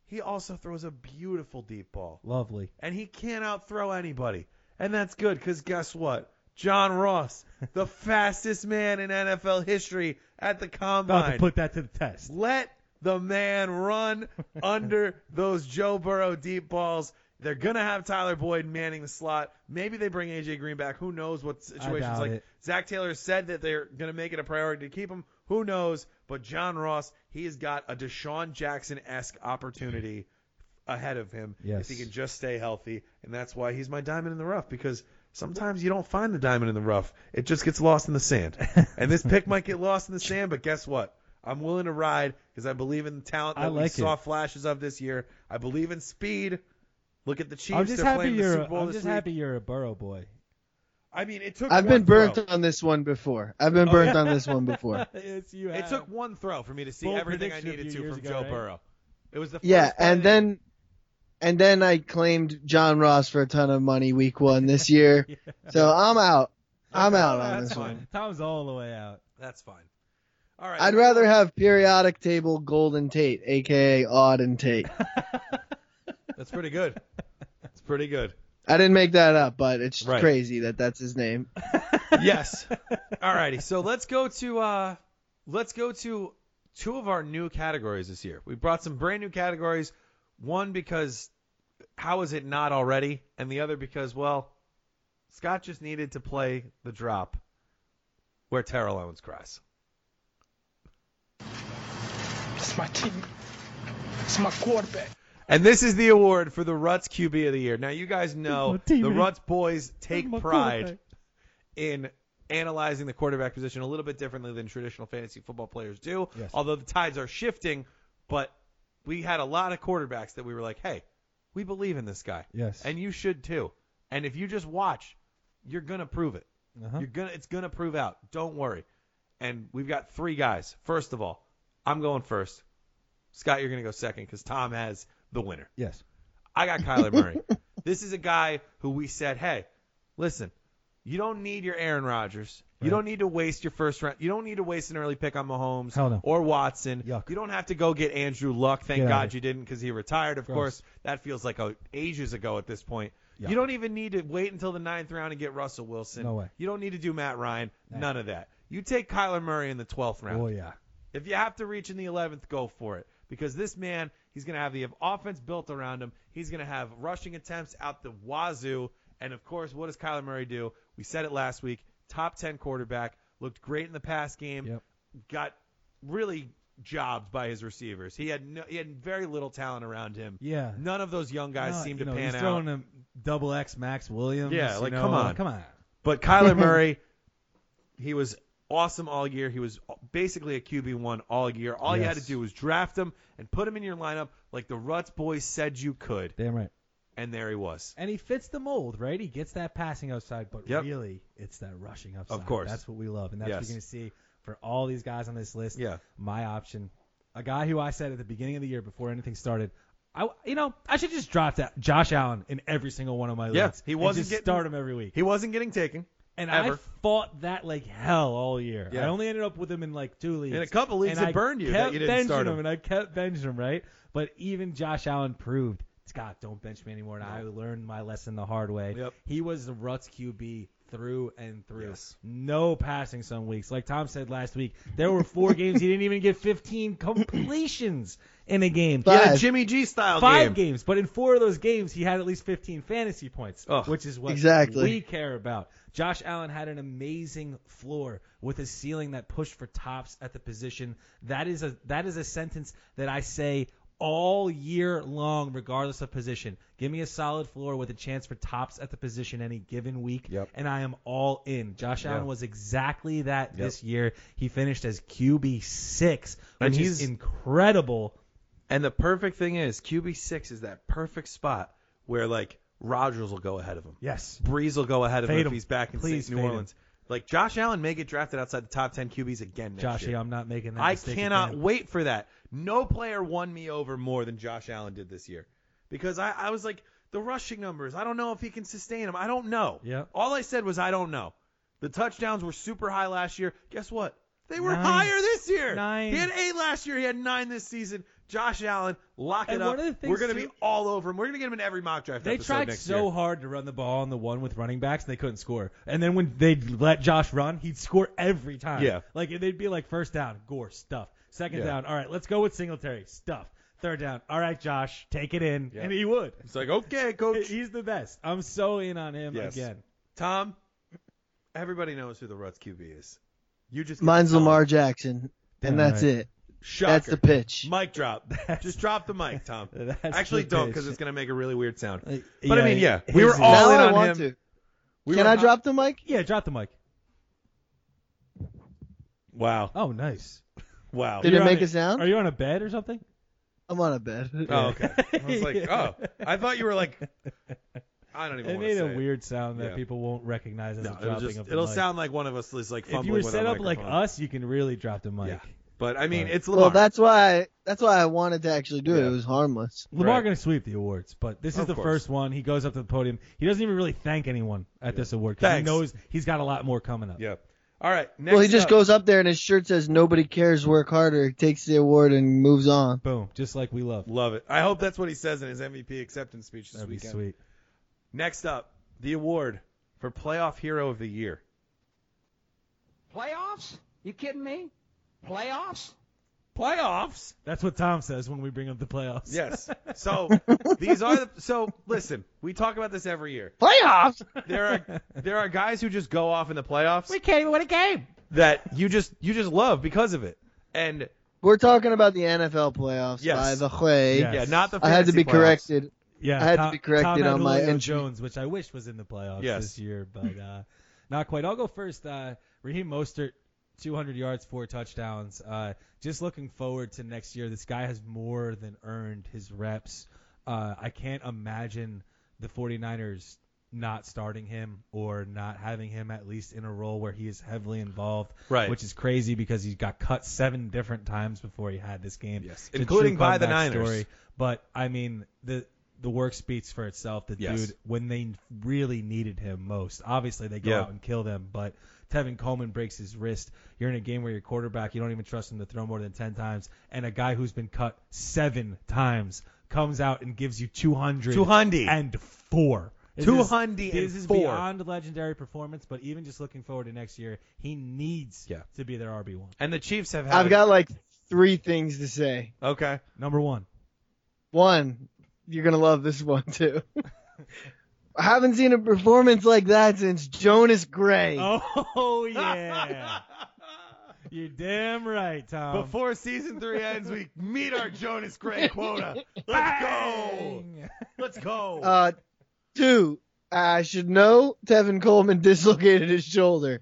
Speaker 6: he also throws a beautiful deep ball
Speaker 5: lovely.
Speaker 6: and he can't outthrow anybody. And that's good because guess what? John Ross, the fastest man in NFL history at the
Speaker 5: About
Speaker 6: combine.
Speaker 5: to put that to the test.
Speaker 6: Let the man run under those Joe Burrow deep balls. They're gonna have Tyler Boyd manning the slot. Maybe they bring AJ Green back. Who knows what situations
Speaker 5: doubt
Speaker 6: like
Speaker 5: it.
Speaker 6: Zach Taylor said that they're gonna make it a priority to keep him. Who knows? But John Ross, he has got a Deshaun Jackson esque opportunity ahead of him
Speaker 5: Yes.
Speaker 6: if he can just stay healthy. And that's why he's my diamond in the rough because sometimes you don't find the diamond in the rough. It just gets lost in the sand. and this pick might get lost in the sand, but guess what? I'm willing to ride because I believe in the talent that
Speaker 5: I
Speaker 6: we
Speaker 5: like
Speaker 6: saw
Speaker 5: it.
Speaker 6: flashes of this year. I believe in speed. Look at the Chiefs.
Speaker 5: I'm just
Speaker 6: They're
Speaker 5: happy
Speaker 6: playing the
Speaker 5: you're.
Speaker 6: Super
Speaker 5: A,
Speaker 6: Bowl
Speaker 5: I'm
Speaker 6: this
Speaker 5: just
Speaker 6: week.
Speaker 5: happy you're a Burrow boy.
Speaker 6: I mean, it took.
Speaker 4: I've
Speaker 6: one
Speaker 4: been burnt
Speaker 6: Throw.
Speaker 4: on this one before. I've
Speaker 6: Oh,
Speaker 4: been burnt on this one before.
Speaker 5: it's you.
Speaker 6: It took one throw for me to see
Speaker 5: Bold
Speaker 6: everything I
Speaker 5: prediction a
Speaker 6: needed
Speaker 5: few
Speaker 6: to
Speaker 5: years
Speaker 6: from
Speaker 5: ago,
Speaker 6: Joe
Speaker 5: right?
Speaker 6: Burrow. It was the
Speaker 4: Yeah,
Speaker 6: first play
Speaker 4: and
Speaker 6: that-
Speaker 4: then and then I claimed John Ross for a ton of money week one this year. So I'm out. I'm out on
Speaker 6: That's
Speaker 4: this
Speaker 6: fine.
Speaker 4: one.
Speaker 5: Tom's all the way out.
Speaker 6: That's fine. All right.
Speaker 4: I'd rather have periodic table Golden Tate, aka Odd and Tate.
Speaker 6: That's pretty good. That's pretty good.
Speaker 4: I didn't make that up, but it's
Speaker 6: Right.
Speaker 4: crazy that that's his name.
Speaker 6: yes. All righty. So let's go to uh, let's go to two of our new categories this year. We brought some brand new categories. One because how is it not already, and the other because well, Scott just needed to play the drop where Terrell Owens cries.
Speaker 7: It's my team. It's my quarterback.
Speaker 6: And this is the award for the Ruts QB of the year. Now you guys know
Speaker 5: My teammate.
Speaker 6: the Ruts boys take
Speaker 5: My
Speaker 6: pride
Speaker 5: quarterback.
Speaker 6: in analyzing the quarterback position a little bit differently than traditional fantasy football players do.
Speaker 5: Yes.
Speaker 6: Although the tides are shifting, but we had a lot of quarterbacks that we were like, hey, we believe in this guy,
Speaker 5: Yes.
Speaker 6: and you should too. And if you just watch, you're gonna prove it.
Speaker 5: Uh-huh.
Speaker 6: You're gonna it's gonna prove out. Don't worry. And we've got three guys. First of all, I'm going first. Scott, you're gonna go second because Tom has the winner.
Speaker 5: Yes.
Speaker 6: I got Kyler Murray. this is a guy who we said, hey, listen, you don't need your Aaron Rodgers. You
Speaker 5: Right.
Speaker 6: don't need to waste your first round. You don't need to waste an early pick on Mahomes
Speaker 5: Hell no.
Speaker 6: or Watson.
Speaker 5: Yuck.
Speaker 6: You don't have to go get Andrew Luck. Thank
Speaker 5: Get outta
Speaker 6: God
Speaker 5: here.
Speaker 6: you didn't because he retired. Of
Speaker 5: Gross.
Speaker 6: course, that feels like a, ages ago at this point.
Speaker 5: Yuck.
Speaker 6: You don't even need to wait until the ninth round and get Russell Wilson.
Speaker 5: No way.
Speaker 6: You don't need to do Matt Ryan. None of that. You take Kyler Murray in the 12th round.
Speaker 5: Oh yeah.
Speaker 6: If you have to reach in the 11th, go for it. Because this man, he's going to have the offense built around him. He's going to have rushing attempts out the wazoo. And of course, what does Kyler Murray do? We said it last week. Top 10 quarterback. Looked great in the pass game.
Speaker 5: Yep.
Speaker 6: Got really jobbed by his receivers. He had no, he had very little talent around him.
Speaker 5: Yeah.
Speaker 6: None of those young guys
Speaker 5: No,
Speaker 6: seem to
Speaker 5: you know,
Speaker 6: pan
Speaker 5: he's
Speaker 6: out.
Speaker 5: throwing a double X Max Williams.
Speaker 6: Yeah,
Speaker 5: you
Speaker 6: like,
Speaker 5: know, uh,
Speaker 6: come on.
Speaker 5: come on.
Speaker 6: But Kyler Murray, he was awesome all year. He was basically a QB one all year. All you had to
Speaker 5: Yes.
Speaker 6: do was draft him and put him in your lineup like the Ruts boys said you could,
Speaker 5: Damn right.
Speaker 6: and there he was.
Speaker 5: And he fits the mold, right? He gets that passing upside, but
Speaker 6: Yep.
Speaker 5: really, it's that rushing upside.
Speaker 6: course.
Speaker 5: That's what we love, and that's what
Speaker 6: Yes.
Speaker 5: you're going to see for all these guys on this list.
Speaker 6: Yeah.
Speaker 5: My option, a guy who I said at the beginning of the year before anything started, I you know I should just drop that Josh Allen in every single one of my
Speaker 6: Yeah,
Speaker 5: leagues.
Speaker 6: he
Speaker 5: and
Speaker 6: wasn't
Speaker 5: just
Speaker 6: getting-
Speaker 5: start him every week.
Speaker 6: He wasn't getting taken
Speaker 5: And I
Speaker 6: ever.
Speaker 5: fought that like hell all year.
Speaker 6: Yeah.
Speaker 5: I only ended up with him in like two leagues.
Speaker 6: In a couple leagues,
Speaker 5: and
Speaker 6: it
Speaker 5: I
Speaker 6: burned you
Speaker 5: kept
Speaker 6: that you didn't
Speaker 5: benching
Speaker 6: start him.
Speaker 5: him, and I kept benching him, right? But even Josh Allen proved, Scott, don't bench me anymore. And I learned my lesson the hard way.
Speaker 6: Yep.
Speaker 5: He was the Ruts QB through and through.
Speaker 6: Yes.
Speaker 5: No passing some weeks. Like Tom said last week, there were four games he didn't even get 15 completions in a game.
Speaker 6: He had a
Speaker 4: Five.
Speaker 6: Jimmy G style
Speaker 5: Five
Speaker 6: game.
Speaker 5: games, but in four of those games, he had at least 15 fantasy points,
Speaker 6: Ugh.
Speaker 5: which is what
Speaker 4: Exactly.
Speaker 5: we care about. Josh Allen had an amazing floor with a ceiling that pushed for tops at the position. That is a that is a sentence that I say all year long, regardless of position. Give me a solid floor with a chance for tops at the position any given week,
Speaker 1: Yep.
Speaker 5: and I am all in. Josh Allen was exactly that this year. He finished as QB six,
Speaker 6: And
Speaker 5: which is
Speaker 6: he's-
Speaker 5: incredible.
Speaker 6: And the perfect thing is QB six is that perfect spot where like Rodgers will go ahead of him.
Speaker 5: Yes.
Speaker 6: Breeze will go ahead of
Speaker 5: Fade
Speaker 6: him if
Speaker 5: him.
Speaker 6: he's back in
Speaker 5: Please
Speaker 6: New
Speaker 5: fade him.
Speaker 6: Orleans. Like Josh Allen may get drafted outside the top ten QBs again next
Speaker 5: Josh,
Speaker 6: year.
Speaker 5: I'm not making that.
Speaker 6: I
Speaker 5: mistake
Speaker 6: cannot
Speaker 5: again.
Speaker 6: wait for that. No player won me over more than Josh Allen did this year because I, I was like the rushing numbers. I don't know if he can sustain them. I don't know.
Speaker 5: Yeah.
Speaker 6: All I said was I don't know. The touchdowns were super high last year. Guess what? They were
Speaker 5: Nine.
Speaker 6: higher this year.
Speaker 5: Nine.
Speaker 6: He had eight last year. He had nine this season. Josh Allen, lock
Speaker 5: And
Speaker 6: it up.
Speaker 5: one of the things
Speaker 6: we're gonna
Speaker 5: too-
Speaker 6: be all over him. We're gonna get him in every mock draft.
Speaker 5: They
Speaker 6: episode
Speaker 5: tried
Speaker 6: next
Speaker 5: so
Speaker 6: year.
Speaker 5: hard to run the ball on the one with running backs, and they couldn't score. And then when they let Josh run, he'd score every time.
Speaker 6: Yeah.
Speaker 5: Like they'd be like first down, Gore stuff. Second
Speaker 6: Yeah.
Speaker 5: down, all right, let's go with Singletary stuff. Third down, all right, Josh, take it in, and he would.
Speaker 6: It's like okay, coach.
Speaker 5: He's the best. I'm so in on him
Speaker 6: Yes.
Speaker 5: again.
Speaker 6: Tom. Everybody knows who the Ruts QB is. You just get to
Speaker 4: Mine's
Speaker 6: tell them.
Speaker 4: Lamar Jackson, and
Speaker 5: All
Speaker 4: that's
Speaker 5: right.
Speaker 4: it.
Speaker 6: Shocker.
Speaker 4: That's the pitch.
Speaker 6: Mic drop. Just drop the mic, Tom.
Speaker 5: That's
Speaker 6: Actually,
Speaker 5: the
Speaker 6: don't
Speaker 5: pitch.
Speaker 6: because it's gonna make a really weird sound.
Speaker 5: Uh,
Speaker 6: But I mean, yeah, we
Speaker 5: his-
Speaker 6: were all-
Speaker 4: now
Speaker 6: in
Speaker 4: I
Speaker 6: on
Speaker 4: want
Speaker 6: him.
Speaker 4: to.
Speaker 6: We
Speaker 4: Can
Speaker 6: were
Speaker 4: I
Speaker 6: not-
Speaker 4: drop the mic?
Speaker 5: yeah. Drop the mic.
Speaker 6: Wow.
Speaker 5: Oh, nice.
Speaker 6: Wow.
Speaker 4: Did
Speaker 5: You're
Speaker 4: it
Speaker 5: on
Speaker 4: make
Speaker 5: a-
Speaker 4: a sound?
Speaker 5: Are you on a bed or something?
Speaker 4: I'm on a bed.
Speaker 6: Oh, okay. I was like, oh, I thought you were like. I don't even.
Speaker 5: It
Speaker 6: wanna
Speaker 5: made a
Speaker 6: say
Speaker 5: weird sound that
Speaker 6: Yeah.
Speaker 5: people won't recognize as
Speaker 6: No,
Speaker 5: a
Speaker 6: it'll,
Speaker 5: dropping
Speaker 6: just,
Speaker 5: of the
Speaker 6: it'll
Speaker 5: mic.
Speaker 6: sound like one of us is like fumbling
Speaker 5: if you were
Speaker 6: with
Speaker 5: set
Speaker 6: our
Speaker 5: up like
Speaker 6: microphone.
Speaker 5: us, you can really drop the mic.
Speaker 6: Yeah. But I mean,
Speaker 5: Right.
Speaker 6: it's Lamar.
Speaker 4: well, that's why that's why I wanted to actually do it.
Speaker 6: Yeah.
Speaker 4: It was harmless.
Speaker 5: Lamar
Speaker 6: Right.
Speaker 5: gonna sweep the awards, but this is
Speaker 6: Of
Speaker 5: the
Speaker 6: course.
Speaker 5: first one. He goes up to the podium. He doesn't even really thank anyone at this award because he
Speaker 6: Thanks.
Speaker 5: knows he's got a lot more coming up.
Speaker 6: Yeah. All right. Next
Speaker 4: well, he just
Speaker 6: up-
Speaker 4: goes up there and his shirt says "Nobody cares, work harder." Takes the award and moves on.
Speaker 5: Boom, just like we love.
Speaker 6: Love it. I hope that's what he says in his MVP acceptance speech this
Speaker 5: That'd be
Speaker 6: weekend.
Speaker 5: sweet.
Speaker 6: Next up, the award for Playoff Hero of the Year.
Speaker 9: Playoffs? You kidding me? Playoffs?
Speaker 6: Playoffs.
Speaker 5: That's what Tom says when we bring up the playoffs.
Speaker 6: Yes. So these are the. So listen, we talk about this every year.
Speaker 9: Playoffs?
Speaker 6: There are there are guys who just go off in the playoffs
Speaker 9: We can't even win a game.
Speaker 6: that you just you just love because of it. And
Speaker 4: We're talking about the NFL playoffs,
Speaker 6: Yes.
Speaker 4: by the way.
Speaker 5: Yes.
Speaker 6: yeah, not the.
Speaker 4: I had to
Speaker 6: fantasy
Speaker 4: be
Speaker 6: playoffs.
Speaker 4: corrected.
Speaker 5: yeah.
Speaker 4: I had to
Speaker 5: Tom,
Speaker 4: be corrected
Speaker 5: Tom had
Speaker 4: on my
Speaker 5: Julio
Speaker 4: entry.
Speaker 5: Jones, which I wish was in the playoffs
Speaker 6: Yes.
Speaker 5: this year, but uh, not quite. I'll go first. Uh, Raheem Mostert, 200 yards, four touchdowns. Uh, just looking forward to next year. This guy has more than earned his reps. Uh, I can't imagine the 49ers not starting him or not having him at least in a role where he is heavily involved,
Speaker 6: Right.
Speaker 5: Which is crazy because he got cut seven different times before he had this game,
Speaker 6: Yes.
Speaker 5: It's a
Speaker 6: Including
Speaker 5: true
Speaker 6: by the
Speaker 5: comeback
Speaker 6: Niners.
Speaker 5: But I mean the the work speaks for itself. The
Speaker 6: Yes.
Speaker 5: dude when they really needed him most, obviously they go
Speaker 6: Yeah.
Speaker 5: out and kill them. But Tevin Coleman breaks his wrist. You're in a game where your quarterback, you don't even trust him to throw more than ten times, and a guy who's been cut seven times comes out and gives you 200
Speaker 6: 200.
Speaker 5: and four. This is-
Speaker 6: 200 and
Speaker 5: This is
Speaker 6: four.
Speaker 5: beyond legendary performance, but even just looking forward to next year, he needs
Speaker 6: Yeah.
Speaker 5: to be their RB one,
Speaker 6: And the Chiefs have had.
Speaker 4: I've
Speaker 6: it.
Speaker 4: got like three things to say.
Speaker 6: okay.
Speaker 5: number one.
Speaker 4: One, you're gonna love this one too. I haven't seen a performance like that since Jonas Gray.
Speaker 5: Oh yeah, you're damn right, Tom.
Speaker 6: Before season three ends, we meet our Jonas Gray quota. Let's go. Let's go.
Speaker 4: Uh, two, I should know Tevin Coleman dislocated his shoulder.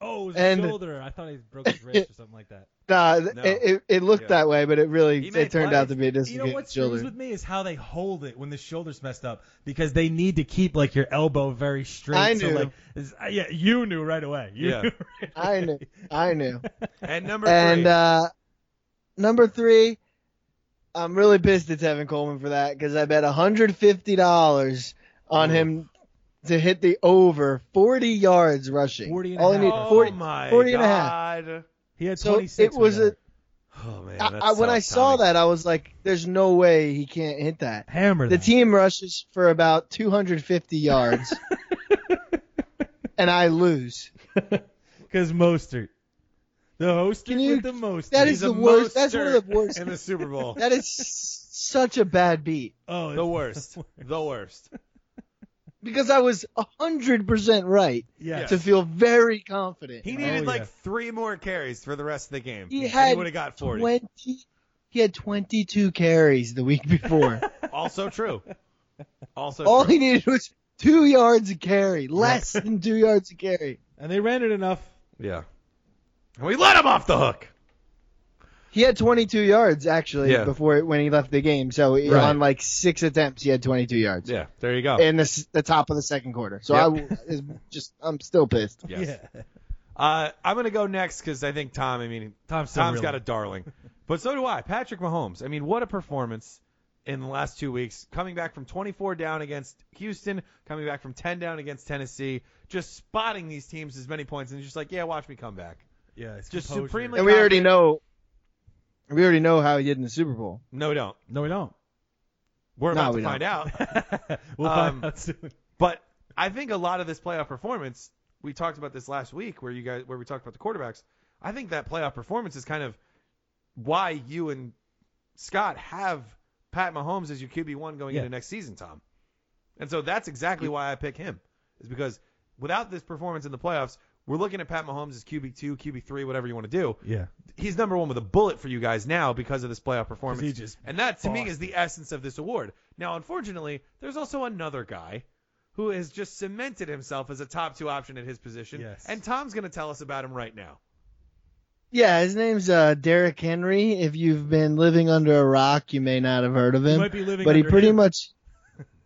Speaker 5: Oh, his
Speaker 4: And-
Speaker 5: shoulder. I thought he broke his wrist or something like that.
Speaker 4: Nah,
Speaker 6: No.
Speaker 4: it, it, it looked
Speaker 6: Yeah.
Speaker 4: that way, but it
Speaker 6: He
Speaker 4: really
Speaker 6: made
Speaker 4: it turned
Speaker 6: plays.
Speaker 4: out to be a
Speaker 5: You know what
Speaker 4: dislocated
Speaker 5: screws
Speaker 4: shoulder.
Speaker 5: with me is how they hold it when the shoulder's messed up because they need to keep like your elbow very straight.
Speaker 4: I
Speaker 5: So,
Speaker 4: knew.
Speaker 5: like, it's- uh, yeah, you knew right away. You
Speaker 6: Yeah.
Speaker 5: knew right
Speaker 4: I knew, I knew.
Speaker 6: and number
Speaker 4: And
Speaker 6: three.
Speaker 4: uh, number three, I'm really pissed at Tevin Coleman for that because I bet $150 on him to hit the over 40 yards rushing.
Speaker 5: 40 and a
Speaker 4: All he
Speaker 5: half,
Speaker 4: needed-
Speaker 5: I
Speaker 6: oh
Speaker 4: 40
Speaker 6: my
Speaker 4: 40
Speaker 6: god.
Speaker 4: and a half.
Speaker 5: He had
Speaker 4: So
Speaker 5: 26.
Speaker 4: it was
Speaker 5: when he
Speaker 4: a-
Speaker 5: got
Speaker 6: Oh man.
Speaker 4: I,
Speaker 6: that
Speaker 4: I- when I
Speaker 6: sucks,
Speaker 4: saw
Speaker 6: Tommy.
Speaker 4: that, I was like, "There's no way he can't hit that."
Speaker 5: hammer.
Speaker 4: The
Speaker 5: that.
Speaker 4: team rushes for about 250 yards, and I lose.
Speaker 5: because Mostert, the host
Speaker 4: you-
Speaker 5: with the most.
Speaker 4: That
Speaker 6: He's
Speaker 4: is
Speaker 6: a
Speaker 4: the worst. That's one
Speaker 6: monster
Speaker 4: of the worst.
Speaker 6: in the Super Bowl.
Speaker 4: That is s- such a bad beat.
Speaker 5: oh,
Speaker 6: the
Speaker 5: it's-
Speaker 6: worst. The worst.
Speaker 4: because I was hundred percent right
Speaker 5: Yes.
Speaker 4: to feel very confident.
Speaker 6: He needed
Speaker 5: Oh,
Speaker 6: like
Speaker 5: yeah.
Speaker 6: three more carries for the rest of the game.
Speaker 4: He
Speaker 6: And
Speaker 4: had
Speaker 6: he would have got 40.
Speaker 4: Twenty. He had twenty-two carries the week before.
Speaker 6: Also true. Also
Speaker 4: All
Speaker 6: true.
Speaker 4: he needed was two yards a carry, less than two yards a carry.
Speaker 5: And they ran it enough.
Speaker 6: yeah. And we let him off the hook.
Speaker 4: He had 22 yards actually
Speaker 6: Yeah.
Speaker 4: before when he left the game. So he-
Speaker 6: Right.
Speaker 4: on like six attempts, he had 22 yards.
Speaker 6: Yeah, there you go.
Speaker 4: In the, s- the top of the second quarter, so
Speaker 6: Yep.
Speaker 4: I w- is just I'm still pissed.
Speaker 6: yes.
Speaker 5: Yeah.
Speaker 6: Uh, I'm going to go next because I think Tom, I mean,
Speaker 5: Tom's so
Speaker 6: Tom's
Speaker 5: real.
Speaker 6: got a darling. But so do I. Patrick Mahomes. I mean, what a performance in the last two weeks. Coming back from 24 down against Houston, coming back from 10 down against Tennessee, just spotting these teams as many points and just like, yeah, watch me come back.
Speaker 5: Yeah, it's
Speaker 6: Just
Speaker 5: composure.
Speaker 6: supremely-
Speaker 4: And we already know, we already know how he did in the Super Bowl.
Speaker 6: No, we don't.
Speaker 5: No, we don't.
Speaker 6: We're
Speaker 4: No,
Speaker 6: about to
Speaker 4: we don't.
Speaker 6: find out.
Speaker 5: we'll
Speaker 6: Um,
Speaker 5: find out soon.
Speaker 6: But I think a lot of this playoff performance, we talked about this last week where you guys where we talked about the quarterbacks. I think that playoff performance is kind of why you and Scott have Pat Mahomes as your QB one going
Speaker 5: Yeah.
Speaker 6: into next season, Tom. And so that's exactly why I pick him. Is because without this performance in the playoffs, we're looking at Pat Mahomes as QB two, QB three, whatever you want to do.
Speaker 5: Yeah.
Speaker 6: He's number one with a bullet for you guys now because of this playoff performance.
Speaker 5: he just
Speaker 6: And that to me
Speaker 5: Boston.
Speaker 6: is the essence of this award. Now, unfortunately, there's also another guy who has just cemented himself as a top two option at his position.
Speaker 5: Yes.
Speaker 6: And Tom's going to tell us about him right now.
Speaker 4: Yeah, his name's uh, Derrick Henry. If you've been living under a rock, you may not have heard of him.
Speaker 5: might be living
Speaker 4: but he
Speaker 5: under
Speaker 4: pretty
Speaker 5: him.
Speaker 4: much,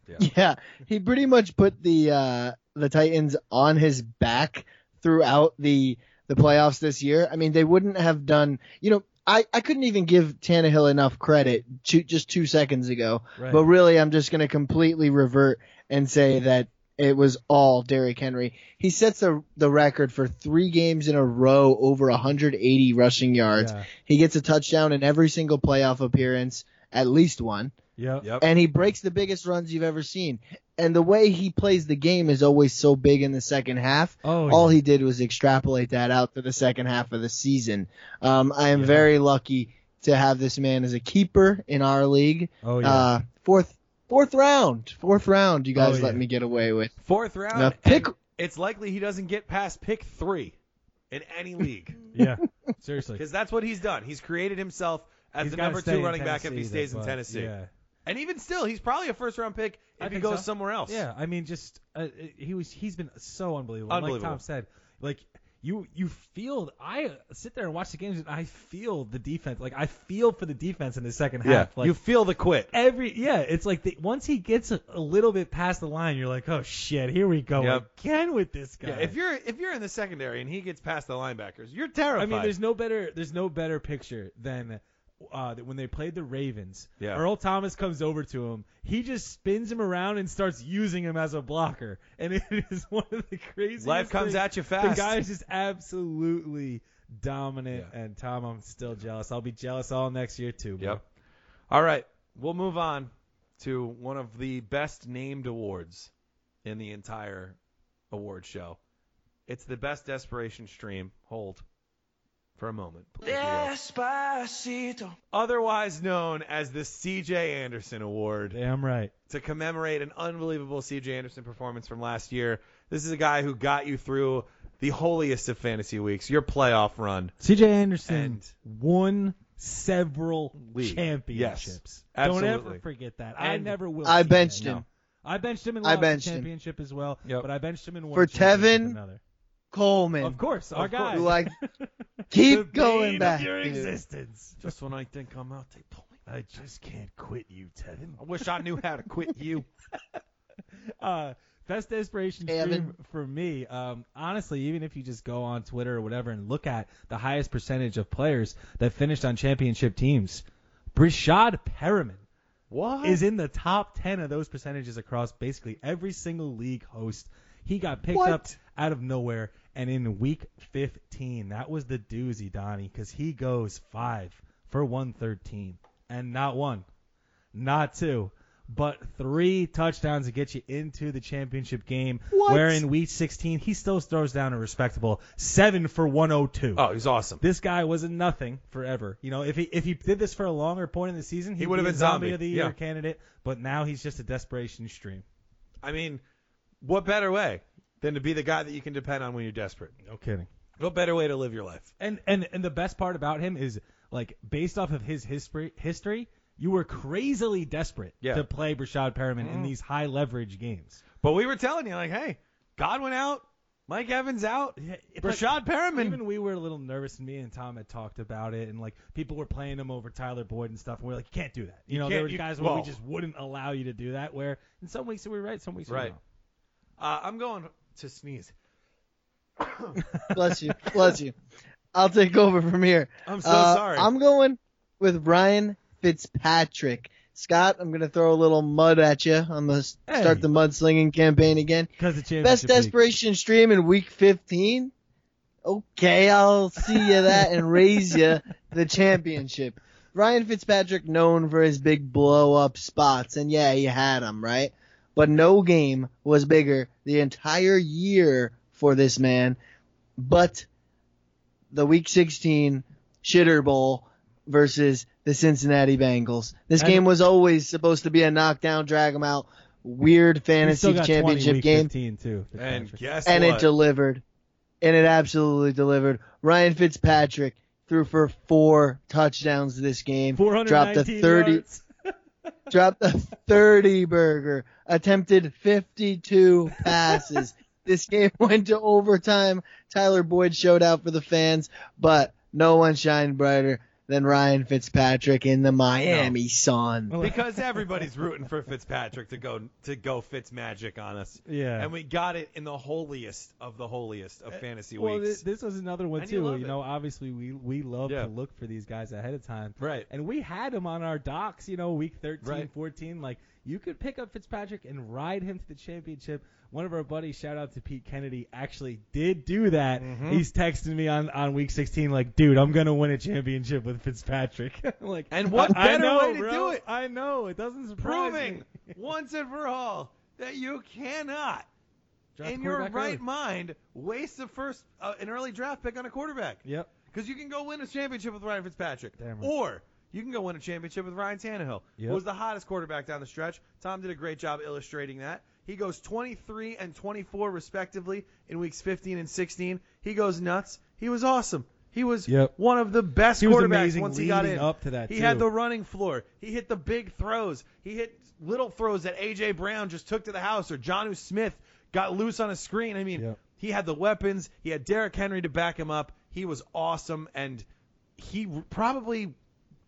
Speaker 6: Yeah.
Speaker 4: yeah. he pretty much put the uh, the Titans on his back throughout the the playoffs this year. I mean, they wouldn't have done. You know, I I couldn't even give Tannehill enough credit two, just two seconds ago.
Speaker 5: Right.
Speaker 4: But really, I'm just going to completely revert and say that it was all Derrick Henry. He sets the the record for three games in a row over 180 rushing yards.
Speaker 5: Yeah.
Speaker 4: He gets a touchdown in every single playoff appearance, at least one,
Speaker 5: Yep.
Speaker 6: Yep.
Speaker 4: and he breaks the biggest runs you've ever seen. And the way he plays the game is always so big in the second half.
Speaker 5: Oh,
Speaker 4: All
Speaker 5: yeah.
Speaker 4: he did was extrapolate that out to the second half of the season. Um, I am very lucky to have this man as a keeper in our league.
Speaker 5: Oh yeah.
Speaker 4: Uh, fourth fourth round, fourth round. You guys
Speaker 5: Oh,
Speaker 4: let
Speaker 5: yeah.
Speaker 4: me get away with.
Speaker 6: Fourth round.
Speaker 4: Now, pick-
Speaker 6: and It's likely he doesn't get past pick three in any league
Speaker 5: yeah. Seriously.
Speaker 6: because that's what he's done. He's created himself as
Speaker 5: He's
Speaker 6: the
Speaker 5: gotta
Speaker 6: number
Speaker 5: stay
Speaker 6: two
Speaker 5: in
Speaker 6: running back if he
Speaker 5: Tennessee,
Speaker 6: stays in
Speaker 5: that's why.
Speaker 6: Tennessee.
Speaker 5: Yeah.
Speaker 6: And even still, he's probably a first round pick
Speaker 5: I
Speaker 6: if he
Speaker 5: think
Speaker 6: goes
Speaker 5: so.
Speaker 6: somewhere else.
Speaker 5: Yeah, I mean, just uh, he was he's been so unbelievable. And
Speaker 6: Unbelievable.
Speaker 5: Like Tom said, like you you feel I sit there and watch the games and I feel the defense. Like I feel for the defense in the second
Speaker 6: Yeah.
Speaker 5: half. Like
Speaker 6: you feel the quit.
Speaker 5: every yeah, it's like the, once he gets a, a little bit past the line, you're like, oh shit, here we go
Speaker 6: Yep.
Speaker 5: again with this guy.
Speaker 6: Yeah, if you're if you're in the secondary and he gets past the linebackers, you're terrified.
Speaker 5: I mean, there's no better there's no better picture than uh, that when they played the Ravens.
Speaker 6: Yeah.
Speaker 5: Earl Thomas comes over to him. He just spins him around and starts using him as a blocker, and it is one of the craziest.
Speaker 6: life comes
Speaker 5: things.
Speaker 6: at you
Speaker 5: The
Speaker 6: fast.
Speaker 5: guy is just absolutely dominant,
Speaker 6: Yeah.
Speaker 5: and Tom, I'm still jealous. I'll be jealous all next year too. bro.
Speaker 6: Yep. All right, we'll move on to one of the best named awards in the entire award show. It's the best desperation stream. Hold for a moment. please. Otherwise known as the C.J. Anderson Award.
Speaker 5: Damn right.
Speaker 6: to commemorate an unbelievable CJ Anderson performance from last year. This is a guy who got you through the holiest of fantasy weeks, your playoff run.
Speaker 5: C.J. Anderson
Speaker 6: And-
Speaker 5: won several
Speaker 6: League.
Speaker 5: championships.
Speaker 6: Yes,
Speaker 5: Don't
Speaker 6: absolutely.
Speaker 5: ever forget that. I
Speaker 6: And-
Speaker 5: never will.
Speaker 4: I
Speaker 5: see
Speaker 4: benched
Speaker 5: that.
Speaker 4: him.
Speaker 5: No. I benched him in
Speaker 4: I
Speaker 5: last
Speaker 4: benched him.
Speaker 5: championship as well,
Speaker 6: Yep.
Speaker 5: but I benched him in one
Speaker 4: For
Speaker 5: championship
Speaker 4: Tevin
Speaker 5: another.
Speaker 4: Coleman.
Speaker 5: Of course, our
Speaker 6: Of course.
Speaker 5: guy.
Speaker 4: Like,
Speaker 5: The
Speaker 4: Keep
Speaker 5: bane
Speaker 4: going
Speaker 5: of
Speaker 4: back.
Speaker 5: your
Speaker 4: dude.
Speaker 5: existence.
Speaker 6: Just when I think I'm out, they pull me.
Speaker 5: I just can't quit you, Tevin.
Speaker 6: I wish I knew how to quit you.
Speaker 5: uh, best desperation
Speaker 4: Hey, Evan.
Speaker 5: stream for me. Um, honestly, even if you just go on Twitter or whatever and look at the highest percentage of players that finished on championship teams, Brishad Perriman
Speaker 6: What?
Speaker 5: is in the top 10 of those percentages across basically every single league host. He got picked
Speaker 6: What?
Speaker 5: up out of nowhere, and in week 15, that was the doozy, Donnie, because he goes five for 113, and not one, not two, but three touchdowns to get you into the championship game.
Speaker 4: What?
Speaker 5: Where in week 16, he still throws down a respectable seven for 102.
Speaker 6: Oh, he's awesome.
Speaker 5: This guy was a nothing forever. You know, if he if he did this for a longer point in the season, he'd
Speaker 6: He would
Speaker 5: be
Speaker 6: have
Speaker 5: a
Speaker 6: been
Speaker 5: zombie,
Speaker 6: zombie.
Speaker 5: of the year
Speaker 6: Yeah.
Speaker 5: candidate. But now he's just a desperation stream.
Speaker 6: I mean, What better way than to be the guy that you can depend on when you're desperate?
Speaker 5: No kidding.
Speaker 6: What better way to live your life?
Speaker 5: And and and the best part about him is like based off of his history history, you were crazily desperate
Speaker 6: Yeah.
Speaker 5: to play Brashad Perriman in these high leverage games.
Speaker 6: But we were telling you, like, hey, Godwin out, Mike Evans out, Rashad Perriman.
Speaker 5: Even we were a little nervous, and me and Tom had talked about it, and like people were playing him over Tyler Boyd and stuff. And we are like, you can't do that. You, know, there
Speaker 6: can't-
Speaker 5: were
Speaker 6: you-
Speaker 5: guys where we
Speaker 6: well-
Speaker 5: just wouldn't allow you to do that. Where in some weeks we were right, some weeks we
Speaker 6: Right.
Speaker 5: were wrong.
Speaker 6: uh, I'm going to sneeze.
Speaker 4: Bless you. Bless you. I'll take over from here.
Speaker 6: I'm so
Speaker 4: Uh,
Speaker 6: sorry.
Speaker 4: I'm going with Ryan Fitzpatrick. Scott, I'm going to throw a little mud at you. I'm going to
Speaker 5: Hey.
Speaker 4: start the mudslinging campaign again.
Speaker 5: Because the championship
Speaker 4: Best
Speaker 5: week.
Speaker 4: desperation stream in week 15. Okay, I'll see you that and raise you the championship. Ryan Fitzpatrick known for his big blow up spots, and yeah, he had them right. But no game was bigger the entire year for this man. But the Week 16 Shitter Bowl versus the Cincinnati Bengals. This
Speaker 5: And-
Speaker 4: game was always supposed to be a knockdown, drag 'em out, weird
Speaker 5: We still
Speaker 4: fantasy
Speaker 5: got 20
Speaker 4: championship
Speaker 5: week
Speaker 4: game
Speaker 5: 15 too.
Speaker 6: And guess
Speaker 4: and
Speaker 6: what?
Speaker 4: it delivered. And it absolutely delivered. Ryan Fitzpatrick threw for four touchdowns this game. Dropped a 30, dropped a 30 burger, attempted 52 passes. this game went to overtime. Tyler Boyd showed out for the fans, but no one shined brighter than Ryan Fitzpatrick in the Miami Sun.
Speaker 6: because everybody's rooting for Fitzpatrick to go to go Fitz magic on us.
Speaker 5: Yeah.
Speaker 6: And we got it in the holiest of the holiest of fantasy
Speaker 5: Eh, well, thi-
Speaker 6: weeks.
Speaker 5: This, was another one
Speaker 6: And you
Speaker 5: too.
Speaker 6: love
Speaker 5: you
Speaker 6: it.
Speaker 5: know, obviously we we love
Speaker 6: Yeah.
Speaker 5: to look for these guys ahead of time.
Speaker 6: Right.
Speaker 5: And we had him on our docs, you know, week 13,
Speaker 6: Right.
Speaker 5: 14. Like you could pick up Fitzpatrick and ride him to the championship. One of our buddies, shout out to Pete Kennedy, actually did do that.
Speaker 6: Mm-hmm.
Speaker 5: He's texting me on, on week 16 like, "Dude, I'm going to win a championship with Fitzpatrick." I'm like
Speaker 6: And what
Speaker 5: I
Speaker 6: better
Speaker 5: know,
Speaker 6: way to
Speaker 5: bro.
Speaker 6: do it?
Speaker 5: I know. It doesn't surprise
Speaker 6: Proving
Speaker 5: me.
Speaker 6: once and for all that you cannot,
Speaker 5: Draft
Speaker 6: in your
Speaker 5: quarterback
Speaker 6: right
Speaker 5: early.
Speaker 6: mind, waste the first uh, an early draft pick on a quarterback.
Speaker 5: Yep.
Speaker 6: Because you can go win a championship with Ryan Fitzpatrick,
Speaker 5: Damn right.
Speaker 6: or you can go win a championship with Ryan Tannehill,
Speaker 5: Yep.
Speaker 6: who was the hottest quarterback down the stretch. Tom did a great job illustrating that. He goes 23 and 24 respectively in weeks 15 and 16. He goes nuts. He was awesome. He was
Speaker 5: Yep.
Speaker 6: one of the best
Speaker 5: He was
Speaker 6: quarterbacks
Speaker 5: amazing
Speaker 6: once he got
Speaker 5: leading
Speaker 6: in.
Speaker 5: up to that,
Speaker 6: he
Speaker 5: too.
Speaker 6: had the running floor. He hit the big throws. He hit little throws that AJ Brown just took to the house or Jonu Smith got loose on a screen. I mean,
Speaker 5: Yep.
Speaker 6: he had the weapons. He had Derrick Henry to back him up. He was awesome, and he probably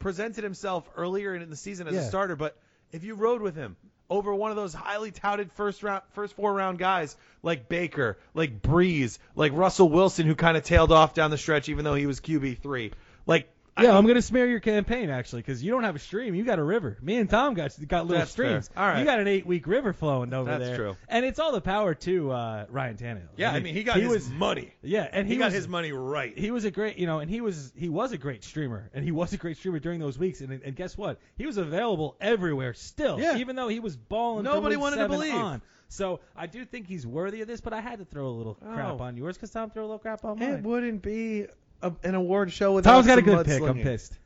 Speaker 6: presented himself earlier in the season as
Speaker 5: Yeah.
Speaker 6: a starter. But if you rode with him over one of those highly touted first round, first four round guys like Baker, like Breeze, like Russell Wilson, who kind of tailed off down the stretch, even though he was QB three, like I-
Speaker 5: Yeah, I'm gonna smear your campaign actually, because you don't have a stream. You got a river. Me and Tom got got little
Speaker 6: That's fair.
Speaker 5: streams.
Speaker 6: All right.
Speaker 5: You got an eight week river flowing over
Speaker 6: That's
Speaker 5: there.
Speaker 6: true.
Speaker 5: And it's all the power to uh, Ryan Tannehill.
Speaker 6: yeah, I mean, he got his
Speaker 5: was
Speaker 6: money.
Speaker 5: yeah, and
Speaker 6: He,
Speaker 5: he,
Speaker 6: got
Speaker 5: was,
Speaker 6: his money right.
Speaker 5: He was a great, you know, and he was he was a great streamer, and he was a great streamer during those weeks. And and guess what? He was available everywhere still.
Speaker 6: Yeah.
Speaker 5: Even though he was balling. from
Speaker 6: Nobody
Speaker 5: week
Speaker 6: wanted to
Speaker 5: seven
Speaker 6: believe.
Speaker 5: On. So I do think he's worthy of this, but I had to throw a little crap
Speaker 6: Oh.
Speaker 5: on yours because Tom threw a little crap on
Speaker 6: it
Speaker 5: mine.
Speaker 6: wouldn't be a, an award show without
Speaker 5: Tom's got a
Speaker 6: some
Speaker 5: good pick. I'm
Speaker 6: mudslinging.
Speaker 5: pissed.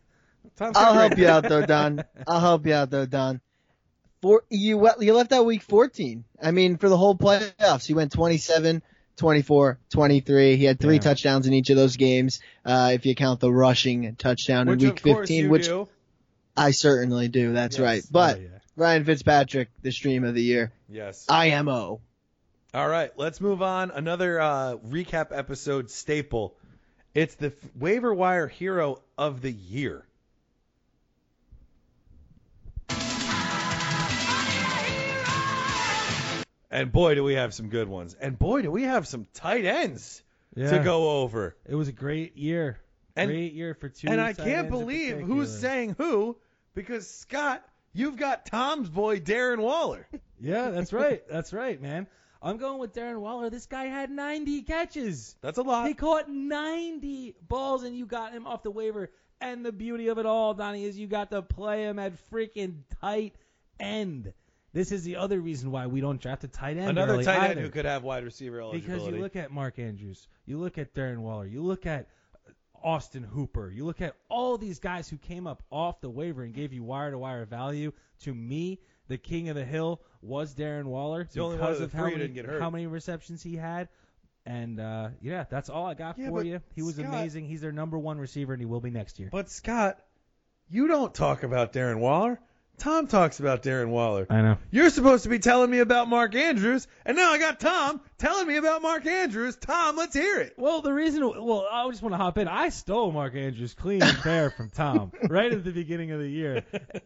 Speaker 6: Tom's got
Speaker 4: I'll
Speaker 6: a
Speaker 4: help
Speaker 6: great
Speaker 4: you out though, Don. I'll help you out though, Don. For you, le- you left out week 14. I mean, for the whole playoffs, he went 27, 24, 23. He had three
Speaker 5: Yeah.
Speaker 4: touchdowns in each of those games, uh, if you count the rushing touchdown
Speaker 6: Which
Speaker 4: in
Speaker 6: of
Speaker 4: week
Speaker 6: course
Speaker 4: 15,
Speaker 6: you
Speaker 4: which
Speaker 6: do.
Speaker 4: I certainly do. That's
Speaker 6: Yes.
Speaker 4: right. But
Speaker 5: Oh, yeah.
Speaker 4: Ryan Fitzpatrick, the stream of the year,
Speaker 6: Yes.
Speaker 4: IMO.
Speaker 6: All right, let's move on. Another uh, recap episode staple. It's the f- waiver wire hero of the year. And boy, do we have some good ones. And boy, do we have some tight ends to
Speaker 5: Yeah.
Speaker 6: go over.
Speaker 5: It was a great year.
Speaker 6: And-
Speaker 5: great year for two.
Speaker 6: and I
Speaker 5: tight
Speaker 6: can't
Speaker 5: ends in
Speaker 6: believe
Speaker 5: particular.
Speaker 6: who's saying who because Scott, you've got Tom's boy Darren Waller.
Speaker 5: Yeah, that's right. That's right, man. I'm going with Darren Waller. This guy had 90 catches.
Speaker 6: That's a lot.
Speaker 5: He caught 90 balls, and you got him off the waiver. And the beauty of it all, Donnie, is you got to play him at freaking tight end. This is the other reason why we don't draft a tight end.
Speaker 6: Another
Speaker 5: early
Speaker 6: tight end
Speaker 5: either.
Speaker 6: who could have wide receiver eligibility.
Speaker 5: Because you look at Mark Andrews, you look at Darren Waller, you look at Austin Hooper. You look at all these guys who came up off the waiver and gave you wire to wire value. To me, the king of the hill was Darren Waller
Speaker 6: the only one
Speaker 5: because
Speaker 6: of the
Speaker 5: how
Speaker 6: three who
Speaker 5: many,
Speaker 6: didn't get hurt.
Speaker 5: how many receptions he had. And uh, yeah, that's all I got
Speaker 6: Yeah,
Speaker 5: for
Speaker 6: but
Speaker 5: you. He was
Speaker 6: Scott-
Speaker 5: amazing. He's their number one receiver, and he will be next year.
Speaker 6: But Scott, you don't talk about Darren Waller. Tom talks about Darren Waller.
Speaker 5: I know.
Speaker 6: You're supposed to be telling me about Mark Andrews, and now I got Tom telling me about Mark Andrews. Tom, let's hear it.
Speaker 5: Well, the reason, well, I just want to hop in. I stole Mark Andrews clean and fair from Tom right at the beginning of the year.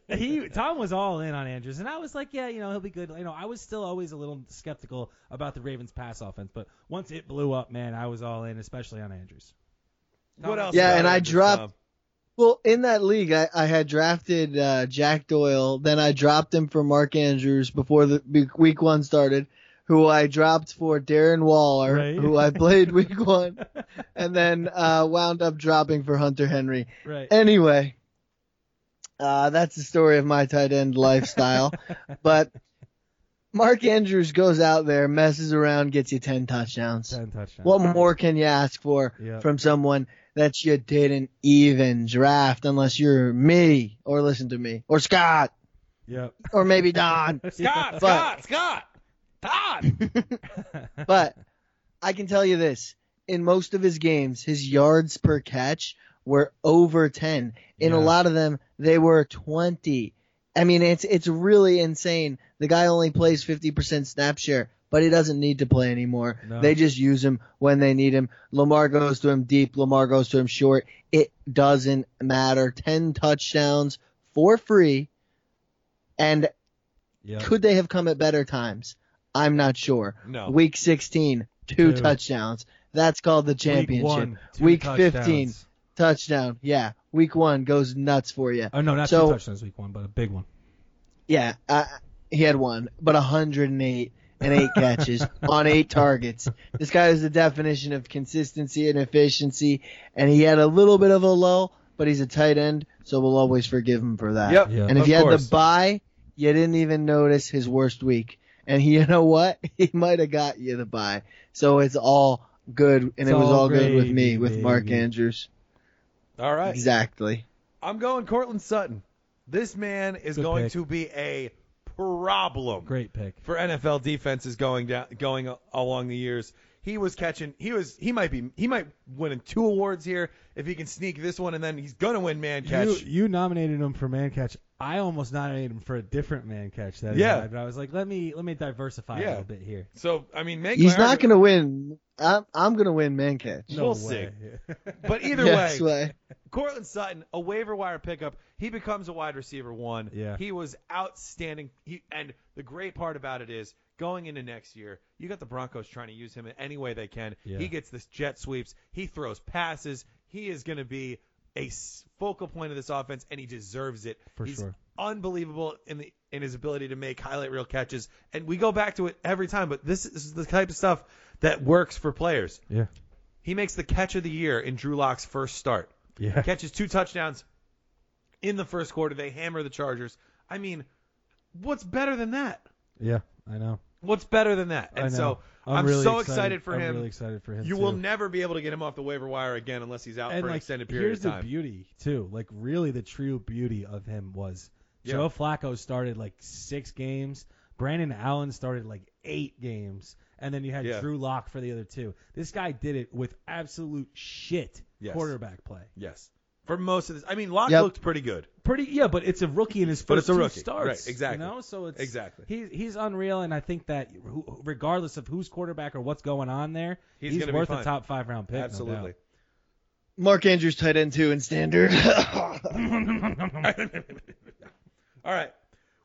Speaker 5: He, Tom was all in on Andrews, and I was like, yeah, you know, he'll be good. You know, I was still always a little skeptical about the Ravens' pass offense, but once it blew up, man, I was all in, especially on Andrews.
Speaker 6: What else?
Speaker 4: Yeah,
Speaker 6: about
Speaker 4: and I
Speaker 6: Andrews,
Speaker 4: dropped-
Speaker 6: Tom?
Speaker 4: Well, in that league, I, I had drafted uh, Jack Doyle. Then I dropped him for Mark Andrews before the be- week one started, who I dropped for Darren Waller,
Speaker 5: Right.
Speaker 4: who I played week one, and then uh, wound up dropping for Hunter Henry.
Speaker 5: Right.
Speaker 4: Anyway, uh, that's the story of my tight end lifestyle. but Mark Andrews goes out there, messes around, gets you 10 touchdowns.
Speaker 5: Ten touchdowns.
Speaker 4: What more can you ask for
Speaker 5: Yep.
Speaker 4: from someone that you didn't even draft unless you're me or listen to me or Scott
Speaker 5: Yep.
Speaker 4: or maybe Don?
Speaker 5: Scott.
Speaker 4: But-
Speaker 8: Scott! Todd!
Speaker 4: but I can tell you this in most of his games, his yards per catch were over 10. In a
Speaker 5: Yeah.
Speaker 4: lot of them, they were 20. I mean, it's it's really insane. The guy only plays 50% snap share, but he doesn't need to play anymore.
Speaker 5: No.
Speaker 4: They just use him when they need him. Lamar goes to him deep, Lamar goes to him short. It doesn't matter. 10 touchdowns for free. And
Speaker 5: Yep.
Speaker 4: could they have come at better times? I'm not sure.
Speaker 6: No.
Speaker 4: Week 16,
Speaker 5: Two.
Speaker 4: two, touchdowns. That's called the championship.
Speaker 5: Week, one, two
Speaker 4: Week
Speaker 5: touchdowns.
Speaker 4: 15, touchdown. Yeah, week one goes nuts for you.
Speaker 5: Oh no, not
Speaker 4: So-
Speaker 5: two touchdowns week one, but a big one.
Speaker 4: Yeah, uh, he had one, but 108 and eight catches on eight targets. This guy is the definition of consistency and efficiency, and he had a little bit of a lull, but he's a tight end, so we'll always forgive him for that.
Speaker 6: Yep.
Speaker 5: Yeah.
Speaker 4: And if
Speaker 6: Of
Speaker 4: you had
Speaker 6: course.
Speaker 4: the buy, you didn't even notice his worst week. And he, you know what? He might have got you the buy. So it's all good, and
Speaker 5: It's
Speaker 4: it was
Speaker 5: all
Speaker 4: all good with me,
Speaker 5: gravy,
Speaker 4: with Mark
Speaker 5: baby.
Speaker 4: Andrews.
Speaker 6: All right.
Speaker 4: Exactly.
Speaker 6: I'm going Cortland Sutton. This man is
Speaker 5: Good
Speaker 6: going
Speaker 5: pick.
Speaker 6: to be a problem
Speaker 5: Great pick.
Speaker 6: for NFL defenses going down, going a- along the years. He was catching. He was. He might be. He might win two awards here if he can sneak this one, and then he's gonna win man catch.
Speaker 5: You, you nominated him for man catch. I almost nominated him for a different man catch that
Speaker 6: Yeah.
Speaker 5: yeah. but I was like, let me let me diversify
Speaker 6: Yeah.
Speaker 5: a little bit here.
Speaker 6: so I mean, make
Speaker 4: He's
Speaker 6: my
Speaker 4: not
Speaker 6: argument-
Speaker 4: going to win. I'm, I'm going to win man catch.
Speaker 5: No
Speaker 6: We'll
Speaker 5: way.
Speaker 6: But either
Speaker 4: Yes,
Speaker 6: way, Cortland Sutton, a waiver wire pickup. He becomes a wide receiver one.
Speaker 5: Yeah.
Speaker 6: He was outstanding. He, and the great part about it is going into next year, you got the Broncos trying to use him in any way they can.
Speaker 5: Yeah.
Speaker 6: He gets this jet sweeps. He throws passes. He is going to be a s- focal point of this offense, and he deserves it.
Speaker 5: For
Speaker 6: He's
Speaker 5: sure.
Speaker 6: Unbelievable in the in his ability to make highlight reel catches, and we go back to it every time. But this is the type of stuff that works for players.
Speaker 5: yeah.
Speaker 6: He makes the catch of the year in Drew Locke's first start
Speaker 5: Yeah.
Speaker 6: catches two touchdowns in the first quarter. They hammer the Chargers. I mean, what's better than that?
Speaker 5: Yeah. I know.
Speaker 6: What's better than that?
Speaker 5: I
Speaker 6: And
Speaker 5: know.
Speaker 6: so
Speaker 5: I'm,
Speaker 6: I'm
Speaker 5: really
Speaker 6: so excited for
Speaker 5: I'm
Speaker 6: him.
Speaker 5: really excited for him.
Speaker 6: you will
Speaker 5: too.
Speaker 6: never be able to get him off the waiver wire again unless he's out
Speaker 5: and
Speaker 6: for an
Speaker 5: like,
Speaker 6: extended period
Speaker 5: here's
Speaker 6: of time.
Speaker 5: the beauty too. Like really, the true beauty of him was
Speaker 6: Yeah.
Speaker 5: Joe Flacco started like six games. Brandon Allen started like eight games, and then you had
Speaker 6: Yeah.
Speaker 5: Drew Lock for the other two. This guy did it with absolute shit
Speaker 6: Yes.
Speaker 5: quarterback play.
Speaker 6: yes. For most of this, I mean, Locke
Speaker 4: Yep.
Speaker 6: looked pretty good.
Speaker 5: pretty yeah, but it's a rookie in his first
Speaker 6: But it's a
Speaker 5: two
Speaker 6: rookie.
Speaker 5: starts.
Speaker 6: Right, exactly.
Speaker 5: You know, so it's
Speaker 6: Exactly.
Speaker 5: He's he's unreal, and I think that who- regardless of who's quarterback or what's going on there,
Speaker 6: He's
Speaker 5: he's,
Speaker 6: gonna be
Speaker 5: worth
Speaker 6: fine.
Speaker 5: a top five round pick. no
Speaker 6: Absolutely.
Speaker 5: doubt.
Speaker 4: Mark Andrews tight end two in standard.
Speaker 6: All right.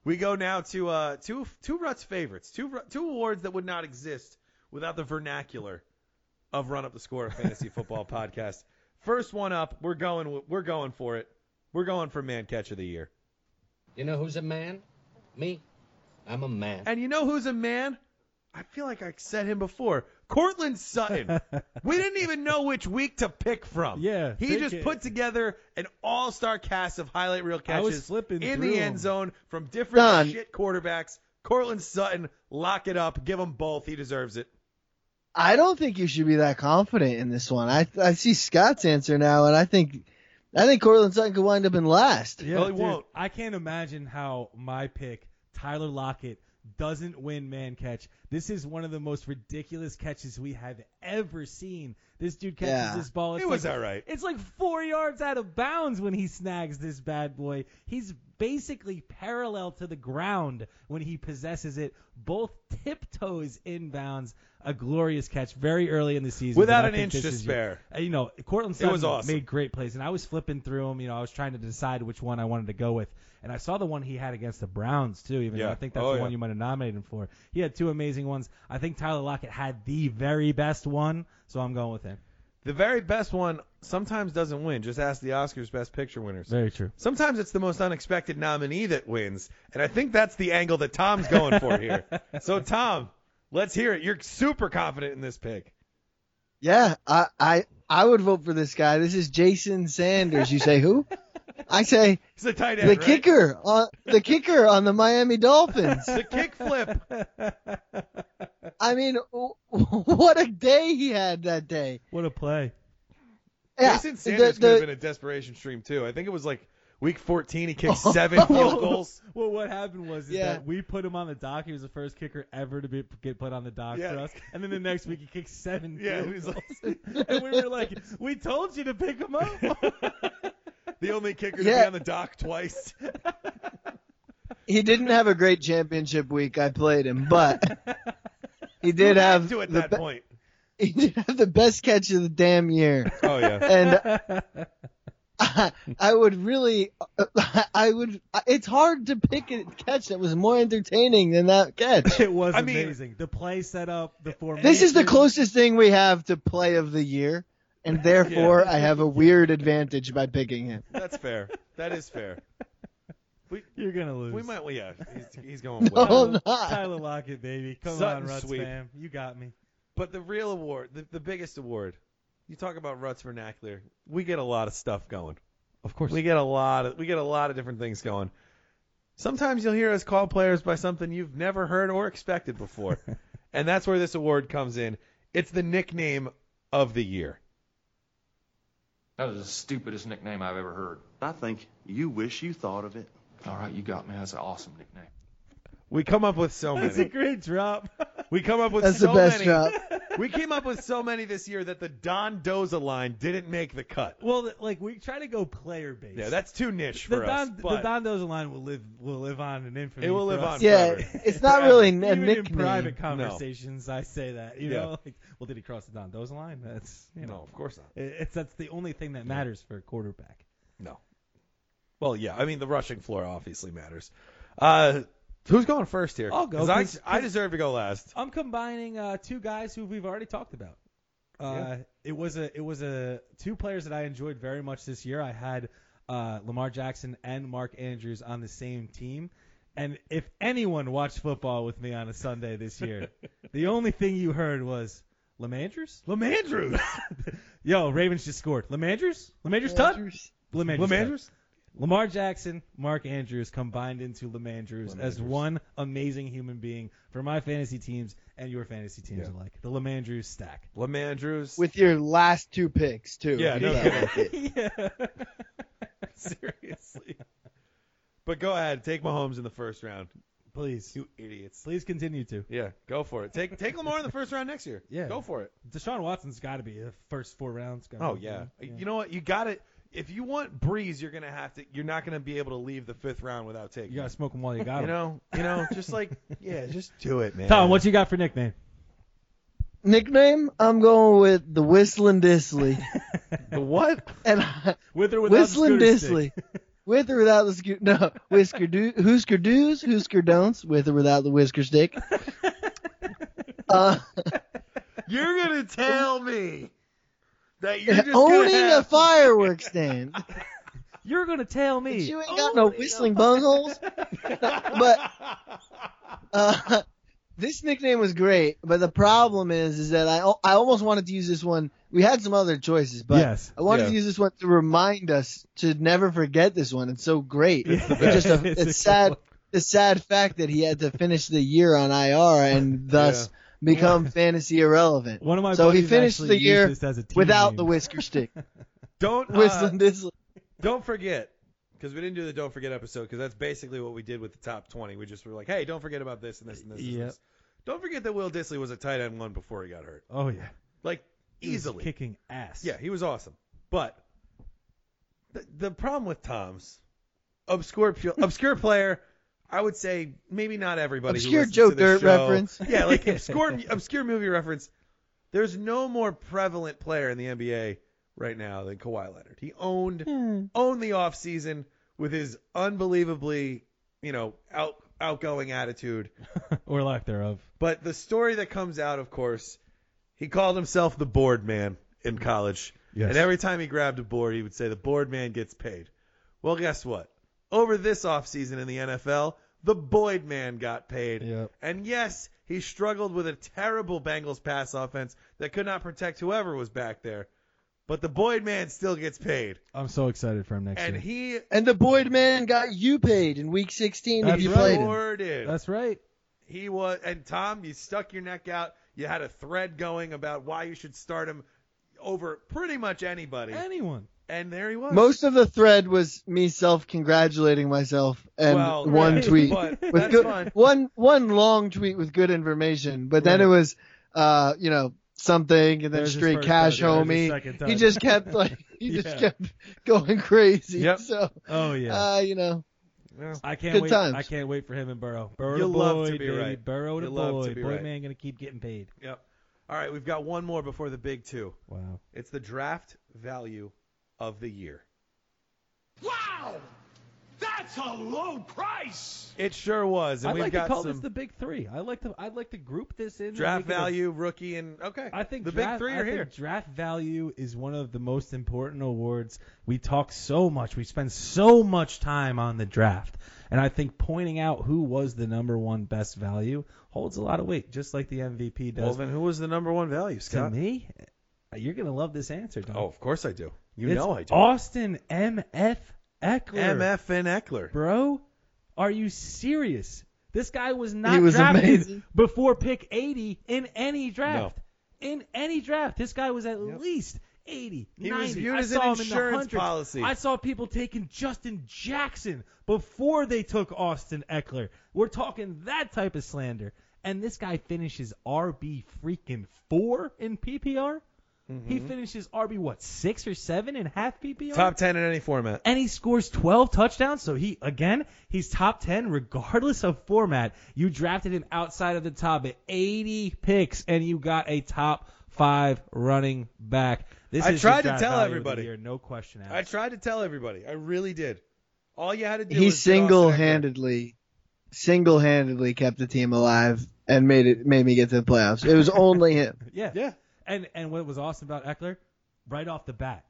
Speaker 6: We go now to uh, two two Ruts favorites, two Ru- two awards that would not exist without the vernacular of Run Up the Score, a fantasy football podcast. First one up, we're going w- we're going for it. We're going for man catch of the year.
Speaker 10: You know who's a man? Me. I'm a man.
Speaker 6: And you know who's a man? I feel like I said him before. Cortland Sutton. we didn't even know which week to pick from.
Speaker 5: Yeah,
Speaker 6: He
Speaker 5: pick
Speaker 6: just
Speaker 5: it.
Speaker 6: put together an all star cast of highlight reel
Speaker 5: I was
Speaker 6: catches
Speaker 5: flipping
Speaker 6: in
Speaker 5: through
Speaker 6: the
Speaker 5: 'em.
Speaker 6: end zone from different
Speaker 4: Don.
Speaker 6: shit quarterbacks. Cortland Sutton, lock it up. Give him both. He deserves it.
Speaker 4: I don't think you should be that confident in this one. I I see Scott's answer now, and I think I think Cortland Sutton could wind up in last.
Speaker 5: Yeah,
Speaker 6: Well, he
Speaker 5: dude,
Speaker 6: won't.
Speaker 5: I can't imagine how my pick, Tyler Lockett, doesn't win man catch. This is one of the most ridiculous catches we have ever seen. This dude catches
Speaker 4: Yeah.
Speaker 5: this ball. It's
Speaker 6: It was
Speaker 5: like,
Speaker 6: all right.
Speaker 5: It's like four yards out of bounds when he snags this bad boy. He's basically parallel to the ground when he possesses it. Both tiptoes inbounds. A glorious catch very early in the season.
Speaker 6: Without
Speaker 5: but I
Speaker 6: an
Speaker 5: think
Speaker 6: inch
Speaker 5: this
Speaker 6: to
Speaker 5: is your-
Speaker 6: spare.
Speaker 5: uh, you know, Cortland
Speaker 6: It
Speaker 5: Sutton
Speaker 6: was awesome.
Speaker 5: made great plays, and I was flipping through them. You know, I was trying to decide which one I wanted to go with, and I saw the one he had against the Browns too. Even though
Speaker 6: Yeah.
Speaker 5: I think that's
Speaker 6: Oh,
Speaker 5: the
Speaker 6: yeah.
Speaker 5: one you might have nominated him for. He had two amazing ones. I think Tyler Lockett had the very best one, so I'm going with him.
Speaker 6: The very best one sometimes doesn't win. Just ask the Oscars Best Picture winners.
Speaker 5: Very true.
Speaker 6: Sometimes it's the most unexpected nominee that wins, and I think that's the angle that Tom's going for here. so Tom, let's hear it. You're super confident in this pick.
Speaker 4: Yeah, I I I would vote for this guy. This is Jason Sanders. You say who? I say
Speaker 6: He's a tight end.
Speaker 4: the
Speaker 6: right?
Speaker 4: kicker on the kicker on the Miami Dolphins.
Speaker 6: The kick flip.
Speaker 4: I mean, w- what a day he had that day.
Speaker 5: What a play!
Speaker 4: Yeah,
Speaker 6: Jason
Speaker 4: the-
Speaker 6: Sanders could
Speaker 4: the-
Speaker 6: have been a desperation stream too. I think it was like week 14. He kicked
Speaker 4: Oh.
Speaker 6: seven field goals.
Speaker 5: Well, what happened was is
Speaker 4: Yeah.
Speaker 5: that we put him on the dock. He was the first kicker ever to be, get put on the dock
Speaker 6: Yeah.
Speaker 5: for us, and then the next week he kicked seven
Speaker 6: Yeah,
Speaker 5: field
Speaker 6: it was like-
Speaker 5: goals. and we were like, "We told you to pick him up."
Speaker 6: The only kicker to be
Speaker 4: Yeah.
Speaker 6: on the dock twice.
Speaker 4: he didn't have a great championship week. I played him, but he did have
Speaker 6: Two at
Speaker 4: the
Speaker 6: that
Speaker 4: be-
Speaker 6: point.
Speaker 4: he did have the best catch of the damn year.
Speaker 6: Oh yeah.
Speaker 4: And I, I would really, I would. It's hard to pick a catch that was more entertaining than that catch.
Speaker 5: It was
Speaker 6: I mean-
Speaker 5: amazing. the play set up, the formation.
Speaker 4: This is the closest thing we have to play of the year, and therefore I have a weird advantage by picking him.
Speaker 6: That's fair. That is fair.
Speaker 5: You're gonna lose.
Speaker 6: We might. Oh, Well, yeah. He's, he's going.
Speaker 4: No,
Speaker 6: well.
Speaker 4: I'm
Speaker 5: Tyler,
Speaker 4: not.
Speaker 5: Tyler Lockett, baby. Come
Speaker 6: Sutton
Speaker 5: on, Ruts
Speaker 6: sweep.
Speaker 5: fam. You got me.
Speaker 6: But the real award, the, the biggest award, you talk about Ruts vernacular. We get a lot of stuff going.
Speaker 5: Of course.
Speaker 6: We get a lot of we get a lot of different things going. Sometimes you'll hear us call players by something you've never heard or expected before. and that's where this award comes in. It's the nickname of the year.
Speaker 8: That was the stupidest nickname I've ever heard.
Speaker 11: I think you wish you thought of it.
Speaker 8: All right, you got me. That's an awesome nickname.
Speaker 6: We come up with so
Speaker 5: That's a
Speaker 6: many.
Speaker 5: great drop.
Speaker 6: We come up with
Speaker 4: That's
Speaker 6: so
Speaker 4: the
Speaker 6: many.
Speaker 4: best drop.
Speaker 6: We came up with so many this year that the Don Doza line didn't make the cut.
Speaker 5: well, th- like we try to go player based.
Speaker 6: Yeah, that's too niche
Speaker 5: the
Speaker 6: for us.
Speaker 5: Don,
Speaker 6: but
Speaker 5: the Don Doza line will live will live on in infamy.
Speaker 6: It will
Speaker 5: for
Speaker 6: live
Speaker 5: us.
Speaker 6: on.
Speaker 4: Yeah,
Speaker 6: Forever.
Speaker 4: it's not really a
Speaker 5: Even in
Speaker 4: nickname.
Speaker 5: private conversations, I say that. You
Speaker 6: Yeah.
Speaker 5: know, like, well, did he cross the Don Doza line? That's you
Speaker 6: no,
Speaker 5: know,
Speaker 6: of course not.
Speaker 5: it- it's that's the only thing that matters for a quarterback.
Speaker 6: Well, yeah. I mean, the rushing floor obviously matters. Uh, who's going first here?
Speaker 5: I'll go,
Speaker 6: 'Cause I-
Speaker 5: 'cause-
Speaker 6: I, deserve to go last.
Speaker 5: I'm combining uh, two guys who we've already talked about. Uh, It was a it was a two players that I enjoyed very much this year. I had uh, Lamar Jackson and Mark Andrews on the same team, and if anyone watched football with me on a Sunday this year, the only thing you heard was Lamandrews.
Speaker 6: Lamandrews.
Speaker 5: Yo, Ravens just scored. Lamandrews. Lamandrews touch. Lamandrews. touch.
Speaker 6: Lamandrews.
Speaker 5: Lamar Jackson, Mark Andrews combined into Lamandrews as one amazing human being for my fantasy teams and your fantasy teams
Speaker 6: Yeah.
Speaker 5: alike. The Lamandrews stack.
Speaker 6: Lamandrews.
Speaker 4: With your last two picks too.
Speaker 6: Yeah,
Speaker 4: if
Speaker 6: no
Speaker 4: you
Speaker 6: kidding.
Speaker 4: like it.
Speaker 5: yeah.
Speaker 6: seriously. but go ahead, take Mahomes in the first round.
Speaker 5: Please.
Speaker 6: You idiots.
Speaker 5: Please continue to.
Speaker 6: Yeah, go for it. Take take Lamar in the first round next year.
Speaker 5: Yeah.
Speaker 6: go for it.
Speaker 5: Deshaun Watson's got to be the first four rounds. Gotta
Speaker 6: Oh
Speaker 5: be,
Speaker 6: yeah. You know what? You got it. If you want Breeze, you're gonna have to. You're not gonna be able to leave the fifth round without taking.
Speaker 5: You got to
Speaker 6: him.
Speaker 5: smoke them while you got
Speaker 6: You
Speaker 5: them.
Speaker 6: know. You know. Just like yeah. Just do it, man.
Speaker 5: Tom, what you got for nickname?
Speaker 4: Nickname? I'm going with the Whistling Disley.
Speaker 6: The what?
Speaker 4: and I,
Speaker 5: With or without the
Speaker 4: Whistling
Speaker 5: scooter stick?
Speaker 4: Disley. With or without the scoo- no whisker do whisker do's whisker don'ts with or without the whisker stick. Uh,
Speaker 6: You're gonna tell me that you're just gonna
Speaker 4: owning a
Speaker 6: have-
Speaker 4: fireworks stand.
Speaker 5: You're going to tell me.
Speaker 4: You ain't got no whistling bungholes. but uh, this nickname was great. But the problem is, is that I I almost wanted to use this one. We had some other choices, but
Speaker 5: Yes.
Speaker 4: I wanted
Speaker 6: Yeah.
Speaker 4: to use this one to remind us to never forget this one. It's so great. It's,
Speaker 5: best.
Speaker 4: just a,
Speaker 5: It's
Speaker 4: it's,
Speaker 5: a good
Speaker 4: sad.
Speaker 5: one.
Speaker 4: The sad fact that he had to finish the year on IR and thus become fantasy irrelevant.
Speaker 5: One of my
Speaker 4: so he
Speaker 5: buddies
Speaker 4: finished
Speaker 5: actually
Speaker 4: the
Speaker 5: used
Speaker 4: year
Speaker 5: this as a team
Speaker 4: without
Speaker 5: name.
Speaker 4: the whisker stick.
Speaker 6: Don't uh,
Speaker 4: Whistling Dizzle.
Speaker 6: Don't forget, because we didn't do the don't forget episode, because that's basically what we did with the top twenty. We just were like, hey, don't forget about this and this and this. And
Speaker 5: Yep.
Speaker 6: this. Don't forget that Will Disley was a tight end one before he got hurt,
Speaker 5: Oh yeah,
Speaker 6: like
Speaker 5: He was
Speaker 6: easily.
Speaker 5: kicking ass.
Speaker 6: Yeah, he was awesome. But the, the problem with Tom's obscure pu- obscure player, I would say maybe not everybody. who
Speaker 4: Obscure
Speaker 6: listens
Speaker 4: Joe
Speaker 6: to this
Speaker 4: Dirt
Speaker 6: show-
Speaker 4: reference.
Speaker 6: Yeah, like obscure obscure movie reference. There's no more prevalent player in the NBA right now than Kawhi Leonard. He owned
Speaker 4: Hmm.
Speaker 6: owned the offseason with his unbelievably, you know, out outgoing attitude.
Speaker 5: or lack thereof.
Speaker 6: But the story that comes out, of course, he called himself the board man in college.
Speaker 5: Yes.
Speaker 6: And every time he grabbed a board, he would say, the board man gets paid. Well, guess what? Over this offseason in the NFL, the Boyd man got paid.
Speaker 5: Yep.
Speaker 6: And yes, he struggled with a terrible Bengals pass offense that could not protect whoever was back there. But the Boyd man still gets paid.
Speaker 5: I'm so excited for him next
Speaker 6: And
Speaker 5: year.
Speaker 6: he
Speaker 4: And the Boyd man got you paid in week 16 if
Speaker 5: That's
Speaker 4: you
Speaker 5: right.
Speaker 4: played him.
Speaker 6: rewarded.
Speaker 5: That's right.
Speaker 6: He was, and Tom, you stuck your neck out. You had a thread going about why you should start him over pretty much anybody,
Speaker 5: Anyone.
Speaker 6: and there he was.
Speaker 4: Most of the thread was me self congratulating myself and
Speaker 6: Well,
Speaker 4: one
Speaker 6: right,
Speaker 4: tweet
Speaker 6: but
Speaker 4: with
Speaker 6: that's
Speaker 4: good,
Speaker 6: fine.
Speaker 4: one one long tweet with good information, but then it was uh, you know, something and then
Speaker 5: There's his
Speaker 4: straight
Speaker 5: first
Speaker 4: cash
Speaker 5: touch, there's his second
Speaker 4: homie. He
Speaker 5: touch.
Speaker 4: just kept like he
Speaker 5: Yeah.
Speaker 4: just kept going crazy.
Speaker 6: Yep.
Speaker 4: So
Speaker 5: Oh yeah.
Speaker 4: uh, you know,
Speaker 5: I can't
Speaker 4: good
Speaker 5: wait.
Speaker 4: times.
Speaker 5: I can't wait for him and Burrow. Burrow
Speaker 6: You'll
Speaker 5: to
Speaker 6: love
Speaker 5: Boyd,
Speaker 6: to be
Speaker 5: baby.
Speaker 6: right.
Speaker 5: Burrow to
Speaker 6: You'll love to
Speaker 5: Boyd.
Speaker 6: be
Speaker 5: Boyd
Speaker 6: right.
Speaker 5: man gonna keep getting paid.
Speaker 6: Yep. All right, we've got one more before the big two.
Speaker 5: Wow.
Speaker 6: It's the draft value of the year.
Speaker 8: Wow! That's a low price!
Speaker 6: It sure was, and
Speaker 5: I'd
Speaker 6: we've
Speaker 5: like to
Speaker 6: got
Speaker 5: call
Speaker 6: some
Speaker 5: this the big three. I like to. I'd like to group this in. and
Speaker 6: draft
Speaker 5: make it a-
Speaker 6: value, rookie, and okay.
Speaker 5: I think
Speaker 6: the big
Speaker 5: draft,
Speaker 6: three
Speaker 5: I
Speaker 6: are
Speaker 5: think
Speaker 6: here.
Speaker 5: Draft value is one of the most important awards. We talk so much. We spend so much time on the draft, and I think pointing out who was the number one best value holds a lot of weight, just like the MVP
Speaker 6: Well,
Speaker 5: does.
Speaker 6: then who was the number one value,
Speaker 5: to
Speaker 6: Scott?
Speaker 5: me, you're gonna love this answer. Don.
Speaker 6: Oh, of course I do. You
Speaker 5: It's
Speaker 6: know I do.
Speaker 5: Austin MF Eckler.
Speaker 6: MF and Eckler.
Speaker 5: Bro, are you serious? This guy was not
Speaker 4: He was
Speaker 5: drafted
Speaker 4: amazing.
Speaker 5: before pick 80 in any draft. In any draft, this guy was at least 80,
Speaker 6: He
Speaker 5: 90.
Speaker 6: was viewed
Speaker 5: I
Speaker 6: as
Speaker 5: saw
Speaker 6: an
Speaker 5: him in the
Speaker 6: insurance
Speaker 5: hundreds.
Speaker 6: policy.
Speaker 5: I saw people taking Justin Jackson before they took Austin Eckler. We're talking that type of slander. And this guy finishes RB freaking four in PPR. He finishes RB what six or seven in half PPR
Speaker 6: Mm-hmm. Top ten in any format.
Speaker 5: and he scores 12 touchdowns. So he again, he's top 10 regardless of format. You drafted him outside of the top at 80 picks, and you got a top five running back. This
Speaker 6: I
Speaker 5: is
Speaker 6: tried
Speaker 5: his
Speaker 6: to
Speaker 5: draft
Speaker 6: tell
Speaker 5: value of the
Speaker 6: everybody.
Speaker 5: year, no question asked.
Speaker 6: I tried to tell everybody. I really did. All you had to do
Speaker 4: he
Speaker 6: was get Austin Eckler.
Speaker 4: single-handedly single-handedly kept the team alive and made it made me get to the playoffs. It was only him.
Speaker 5: yeah,
Speaker 6: Yeah.
Speaker 5: And and what was awesome about Eckler, right off the bat,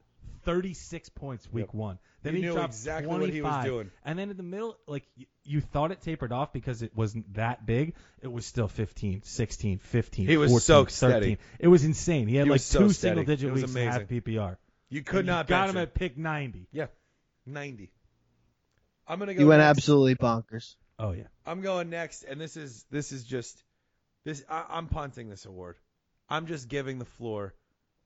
Speaker 5: 36 points week one. Then
Speaker 6: You
Speaker 5: he
Speaker 6: knew
Speaker 5: dropped
Speaker 6: exactly
Speaker 5: 25.
Speaker 6: what he was doing.
Speaker 5: And then in the middle, like you, you thought it tapered off because it wasn't that big. It was still 15, 16, 15.
Speaker 6: He was
Speaker 5: 14,
Speaker 6: so
Speaker 5: 13.
Speaker 6: steady.
Speaker 5: It was insane. He had
Speaker 6: He
Speaker 5: like
Speaker 6: was so
Speaker 5: two
Speaker 6: steady.
Speaker 5: single
Speaker 6: It
Speaker 5: digit
Speaker 6: was
Speaker 5: weeks and half
Speaker 6: amazing.
Speaker 5: PPR.
Speaker 6: You could
Speaker 5: And you
Speaker 6: not
Speaker 5: got
Speaker 6: bench
Speaker 5: him at pick 90.
Speaker 6: 90. I'm gonna go.
Speaker 4: He went
Speaker 6: next.
Speaker 4: absolutely bonkers.
Speaker 5: Oh yeah.
Speaker 6: I'm going next, and this is this is just this. I, I'm punting this award. I'm just giving the floor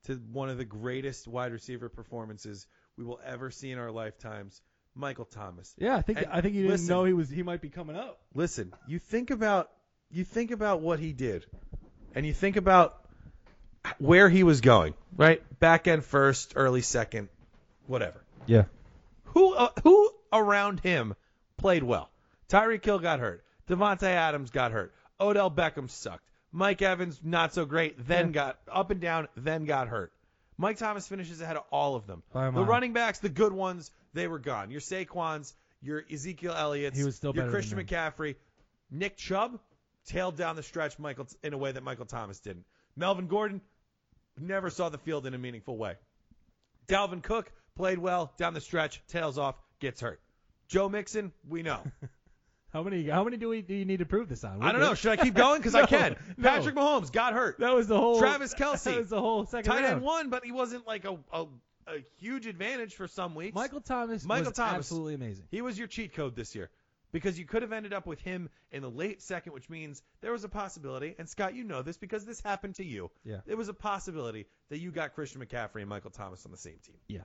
Speaker 6: to one of the greatest wide receiver performances we will ever see in our lifetimes, Michael Thomas.
Speaker 5: Yeah, I think
Speaker 6: And
Speaker 5: I think you didn't
Speaker 6: listen.
Speaker 5: know he was he might be coming up.
Speaker 6: Listen, you think about you think about what he did, and you think about where he was going. Right, back end first, early second, whatever.
Speaker 5: Yeah.
Speaker 6: Who uh, who around him played well? Tyreek Hill got hurt. Devontae Adams got hurt. Odell Beckham sucked. Mike Evans not so great. Then got up and down. Then got hurt. Mike Thomas finishes ahead of all of them.
Speaker 5: By a
Speaker 6: the
Speaker 5: mile.
Speaker 6: running backs, the good ones, they were gone. Your Saquon's, your Ezekiel Elliott's,
Speaker 5: He was still better
Speaker 6: your
Speaker 5: than
Speaker 6: Christian
Speaker 5: them.
Speaker 6: McCaffrey, Nick Chubb tailed down the stretch Michael in a way that Michael Thomas didn't. Melvin Gordon never saw the field in a meaningful way. Dalvin Cook played well down the stretch, tails off, gets hurt. Joe Mixon, we know.
Speaker 5: How many how many do we do you need to prove this on?
Speaker 6: I don't know. Should I keep going? Because I
Speaker 5: No,
Speaker 6: can.
Speaker 5: no.
Speaker 6: Patrick Mahomes got hurt.
Speaker 5: That was the whole
Speaker 6: Travis Kelce.
Speaker 5: That was the whole second
Speaker 6: Tight end
Speaker 5: round.
Speaker 6: won, but he wasn't like a, a, a huge advantage for some weeks.
Speaker 5: Michael Thomas
Speaker 6: Michael
Speaker 5: was
Speaker 6: Thomas.
Speaker 5: absolutely amazing.
Speaker 6: He was your cheat code this year. because you could have ended up with him in the late second, which means there was a possibility. And Scott, you know this because this happened to you.
Speaker 5: Yeah.
Speaker 6: There was a possibility that you got Christian McCaffrey and Michael Thomas on the same team.
Speaker 5: Yeah.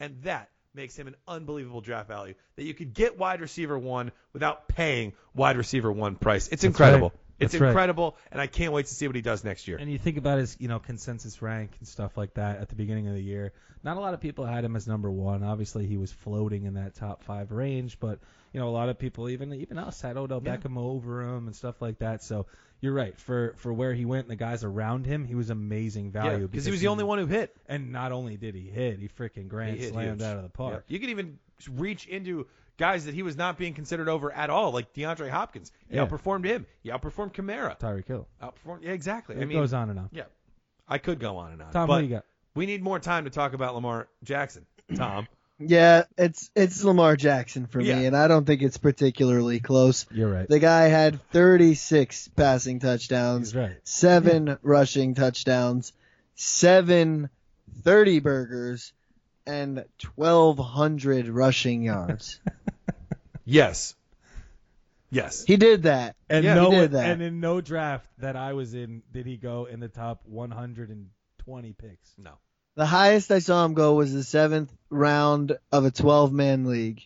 Speaker 6: And that makes him an unbelievable draft value that you could get wide receiver one without paying wide receiver one price. It's incredible.
Speaker 5: right.
Speaker 6: It's
Speaker 5: That's right.
Speaker 6: incredible, and I can't wait to see what he does next year.
Speaker 5: And you think about his, you know, consensus rank and stuff like that at the beginning of the year. Not a lot of people had him as number one. Obviously, he was floating in that top five range, but you know, a lot of people, even even us, had Odell Beckham over him and stuff like that. So you're right for for where he went and the guys around him, he was amazing value
Speaker 6: because he was the only one who hit.
Speaker 5: And not only did he hit, he freaking grand
Speaker 6: He hit
Speaker 5: slammed
Speaker 6: huge.
Speaker 5: out of the park.
Speaker 6: Yeah. You could even reach into guys that he was not being considered over at all, like DeAndre Hopkins. He
Speaker 5: Yeah.
Speaker 6: outperformed him. He outperformed Kamara.
Speaker 5: Tyreek Hill.
Speaker 6: Outperformed. Yeah, exactly.
Speaker 5: It
Speaker 6: I mean,
Speaker 5: goes on and on.
Speaker 6: Yeah, I could go on and on.
Speaker 5: Tom,
Speaker 6: but
Speaker 5: what do you got?
Speaker 6: We need more time to talk about Lamar Jackson. Tom.
Speaker 4: Yeah, it's it's Lamar Jackson for
Speaker 6: Yeah.
Speaker 4: me, and I don't think it's particularly close.
Speaker 5: You're right.
Speaker 4: The guy had 36 passing touchdowns,
Speaker 5: He's right.
Speaker 4: seven rushing touchdowns, seven 30 burgers, and 1,200 rushing yards.
Speaker 6: yes. Yes.
Speaker 4: he did that.
Speaker 5: And
Speaker 4: he
Speaker 5: no,
Speaker 4: did that.
Speaker 5: and in no draft that I was in did he go in the top 120 picks.
Speaker 6: no.
Speaker 4: the highest I saw him go was the seventh round of a 12 man league,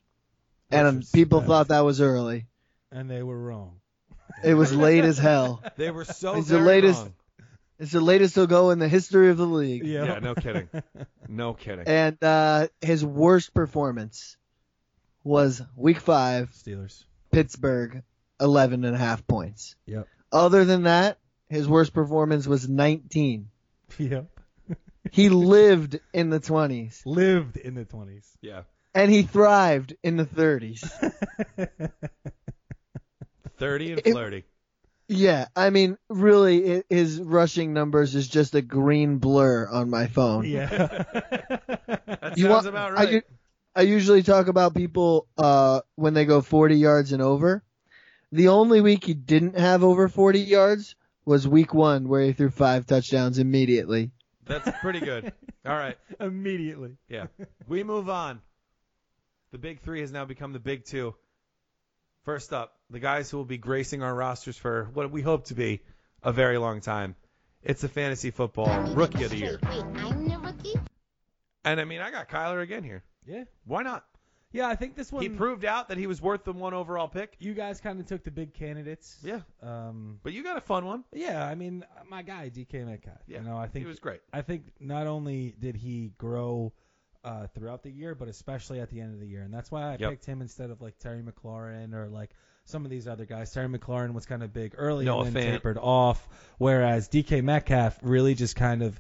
Speaker 4: and um,
Speaker 5: is
Speaker 4: people
Speaker 5: bad.
Speaker 4: thought that was early.
Speaker 5: And they were wrong.
Speaker 4: It was late as hell.
Speaker 6: They were so.
Speaker 4: He's the
Speaker 6: very
Speaker 4: latest-
Speaker 6: wrong.
Speaker 4: It's the latest he'll go in the history of the league.
Speaker 6: Yeah. No kidding. No kidding.
Speaker 4: And uh, his worst performance was week five,
Speaker 5: Steelers.
Speaker 4: Pittsburgh, 11 and a half points.
Speaker 5: Yep.
Speaker 4: Other than that, his worst performance was 19.
Speaker 5: Yep.
Speaker 4: He lived in the 20s
Speaker 5: Lived in the 20s.
Speaker 6: yeah.
Speaker 4: and he thrived in the 30s.
Speaker 6: Thirty and
Speaker 4: It-
Speaker 6: flirty.
Speaker 4: Yeah, I mean, really, i his rushing numbers is just a green blur on my phone.
Speaker 5: yeah.
Speaker 6: That
Speaker 4: you
Speaker 6: sounds
Speaker 4: want-
Speaker 6: about
Speaker 4: I,
Speaker 6: right.
Speaker 4: u- I usually talk about people uh, when they go 40 yards and over. The only week he didn't have over 40 yards was week one, where he threw five touchdowns immediately.
Speaker 6: That's pretty good. All right.
Speaker 5: Immediately.
Speaker 6: Yeah. We move on. The big three has now become the big two. First up, the guys who will be gracing our rosters for what we hope to be a very long time. It's the fantasy football rookie of the year. And I mean, I got Kyler again here.
Speaker 5: Yeah.
Speaker 6: Why not?
Speaker 5: Yeah, I think this one
Speaker 6: He proved out that he was worth the one overall pick.
Speaker 5: you guys kind of took the big candidates.
Speaker 6: Yeah.
Speaker 5: Um
Speaker 6: But you got a fun one.
Speaker 5: yeah, I mean my guy DK Metcalf.
Speaker 6: Yeah.
Speaker 5: You know, I think
Speaker 6: He was great.
Speaker 5: I think not only did he grow uh, throughout the year, but especially at the end of the year, and that's why I
Speaker 6: Yep.
Speaker 5: picked him instead of like Terry McLaurin or like some of these other guys. Terry McLaurin was kind of big early
Speaker 6: Noah
Speaker 5: and then
Speaker 6: Fant.
Speaker 5: tapered off, whereas DK Metcalf really just kind of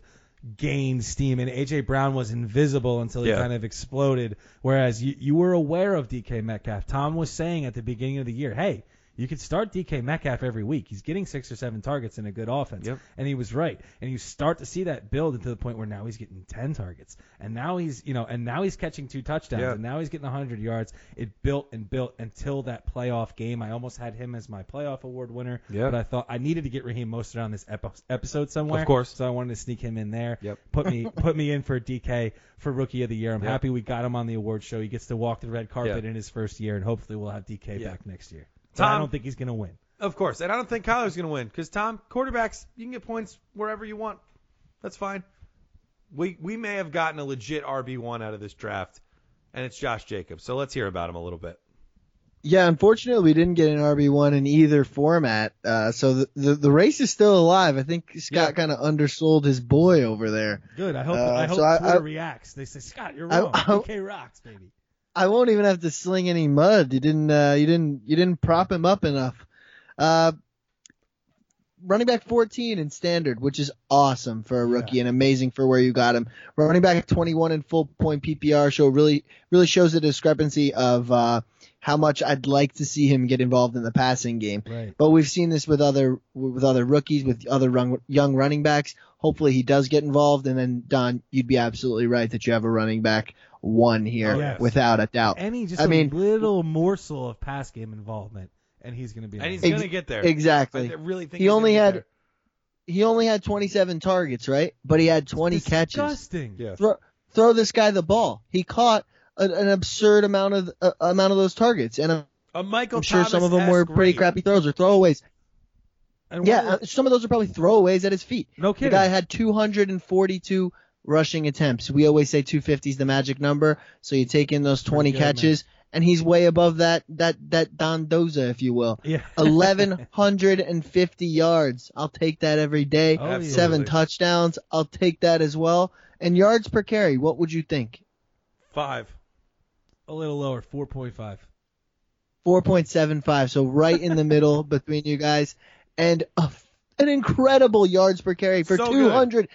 Speaker 5: gained steam, and AJ Brown was invisible until he
Speaker 6: Yeah.
Speaker 5: kind of exploded. Whereas you you were aware of DK Metcalf. Tom was saying at the beginning of the year, hey. You could start DK Metcalf every week. He's getting six or seven targets in a good offense.
Speaker 6: Yep.
Speaker 5: And he was right. And you start to see that build to the point where now he's getting 10 targets. And now he's, you know, and now he's catching two touchdowns.
Speaker 6: Yeah.
Speaker 5: And now he's getting 100 yards. It built and built until that playoff game. I almost had him as my playoff award winner.
Speaker 6: Yeah.
Speaker 5: But I thought I needed to get Raheem Mostert on this epi- episode somewhere.
Speaker 6: Of course.
Speaker 5: So I wanted to sneak him in there.
Speaker 6: Yep.
Speaker 5: Put me put me in for DK for rookie of the year. I'm
Speaker 6: Yep.
Speaker 5: happy we got him on the award show. He gets to walk the red carpet
Speaker 6: Yeah.
Speaker 5: in his first year, and hopefully we'll have DK
Speaker 6: Yeah.
Speaker 5: back next year. But I
Speaker 6: Tom-
Speaker 5: don't think he's going to win.
Speaker 6: Of course. And I don't think Kyler's going to win because, Tom, quarterbacks, you can get points wherever you want. That's fine. We, we may have gotten a legit RB1 out of this draft, and it's Josh Jacobs. So let's hear about him a little bit.
Speaker 4: Yeah, unfortunately, we didn't get an RB1 in either format. Uh, so the, the, the race is still alive. I think Scott kind of undersold his boy over there.
Speaker 5: Good. I hope.
Speaker 4: Uh,
Speaker 5: I hope
Speaker 4: so I-
Speaker 5: Twitter
Speaker 4: I-
Speaker 5: reacts. They say, Scott, you're
Speaker 4: I-
Speaker 5: wrong.
Speaker 4: I-
Speaker 5: DK rocks, baby.
Speaker 4: I won't even have to sling any mud. You didn't. Uh, you didn't. You didn't prop him up enough. Uh, running back 14 in standard, which is awesome for a rookie and amazing for where you got him. Running back 21 in full point PPR show really really shows the discrepancy of uh, how much I'd like to see him get involved in the passing game.
Speaker 5: Right.
Speaker 4: But we've seen this with other with other rookies, with other run, young running backs. Hopefully, he does get involved. And then Don, you'd be absolutely right that you have a running back one here,
Speaker 5: Oh, yes.
Speaker 4: without a doubt.
Speaker 5: Any just
Speaker 4: I
Speaker 5: a
Speaker 4: mean-
Speaker 5: little morsel of pass game involvement, and he's going to be.
Speaker 6: And he's
Speaker 5: on
Speaker 4: Ex-
Speaker 5: it.
Speaker 6: going to get there.
Speaker 4: exactly.
Speaker 6: I really think
Speaker 4: He
Speaker 6: he's
Speaker 4: only
Speaker 6: gonna get
Speaker 4: had he only had 27 targets, right? But he had 20 catches.
Speaker 5: Disgusting.
Speaker 6: Yeah.
Speaker 4: Throw, throw this guy the ball. He caught an, an absurd amount of uh, amount of those targets, and I'm
Speaker 6: A Michael
Speaker 4: I'm sure some of them were
Speaker 6: Thomas-esque
Speaker 4: pretty
Speaker 6: read.
Speaker 4: crappy throws or throwaways.
Speaker 5: And
Speaker 4: Yeah,
Speaker 5: what-
Speaker 4: uh, some of those are probably throwaways at his feet.
Speaker 5: no
Speaker 4: The
Speaker 5: kidding.
Speaker 4: guy had 242 rushing attempts. We always say 250 is the magic number, so you take in those 20
Speaker 5: good, man.
Speaker 4: catches, and he's way above that that that Don Doza, if you will.
Speaker 5: yeah.
Speaker 4: 1150 yards. I'll take that every day.
Speaker 5: Oh, yeah.
Speaker 4: Seven touchdowns. I'll take that as well. And yards per carry, what would you think?
Speaker 6: Five.
Speaker 5: a little lower, 4.5.
Speaker 4: 4.75, so right in the middle between you guys, and a, an incredible yards per carry for
Speaker 6: So good.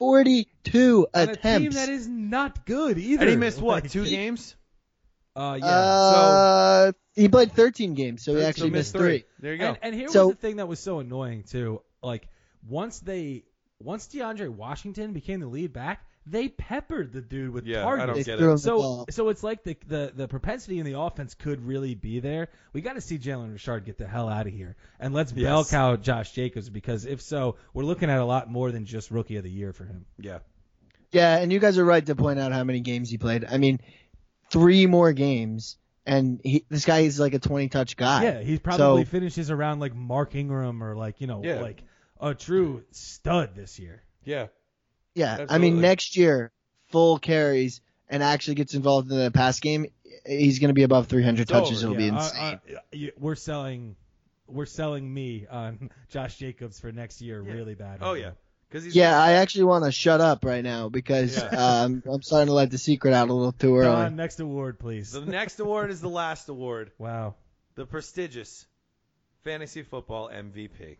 Speaker 4: 242
Speaker 5: And
Speaker 4: attempts.
Speaker 5: a team that is not good either.
Speaker 6: And he missed what?
Speaker 5: Like,
Speaker 6: Two games.
Speaker 5: Uh, yeah.
Speaker 4: Uh, he played 13 games, so he
Speaker 6: So
Speaker 4: actually missed three.
Speaker 6: There you go.
Speaker 5: and, and here
Speaker 4: So-
Speaker 5: was the thing that was so annoying too. Like once they, once DeAndre Washington became the lead back, they peppered the dude with
Speaker 6: Yeah, I
Speaker 5: targets.
Speaker 6: don't
Speaker 4: They
Speaker 6: get it.
Speaker 4: threw him the
Speaker 5: So
Speaker 4: ball.
Speaker 5: so it's like the, the the propensity in the offense could really be there. We got to see Jalen Richard get the hell out of here, and let's bell
Speaker 6: Yes.
Speaker 5: cow Josh Jacobs because if so, we're looking at a lot more than just rookie of the year for him.
Speaker 6: yeah.
Speaker 4: Yeah, and you guys are right to point out how many games he played. I mean, three more games, and he, this guy is like a 20 touch guy.
Speaker 5: Yeah, he probably
Speaker 4: So-
Speaker 5: finishes around like Mark Ingram or like you know
Speaker 6: Yeah.
Speaker 5: like a true stud this year.
Speaker 6: Yeah.
Speaker 4: yeah. I
Speaker 6: absolutely.
Speaker 4: mean, next year, full carries and actually gets involved in the pass game, he's going to be above 300
Speaker 6: It's
Speaker 4: touches.
Speaker 6: over,
Speaker 4: It'll be
Speaker 5: Yeah,
Speaker 4: insane.
Speaker 5: uh, uh, you- we're selling, we're selling me on Josh Jacobs for next year really bad.
Speaker 6: Oh
Speaker 5: right
Speaker 6: yeah.
Speaker 5: now.
Speaker 6: Because he's
Speaker 4: yeah, I actually want to shut up right now because
Speaker 6: Yeah.
Speaker 4: um, I'm starting to let the secret out a little too early.
Speaker 5: Don, next award, please.
Speaker 6: The next award is the last award,
Speaker 5: wow.
Speaker 6: the prestigious fantasy football MVP.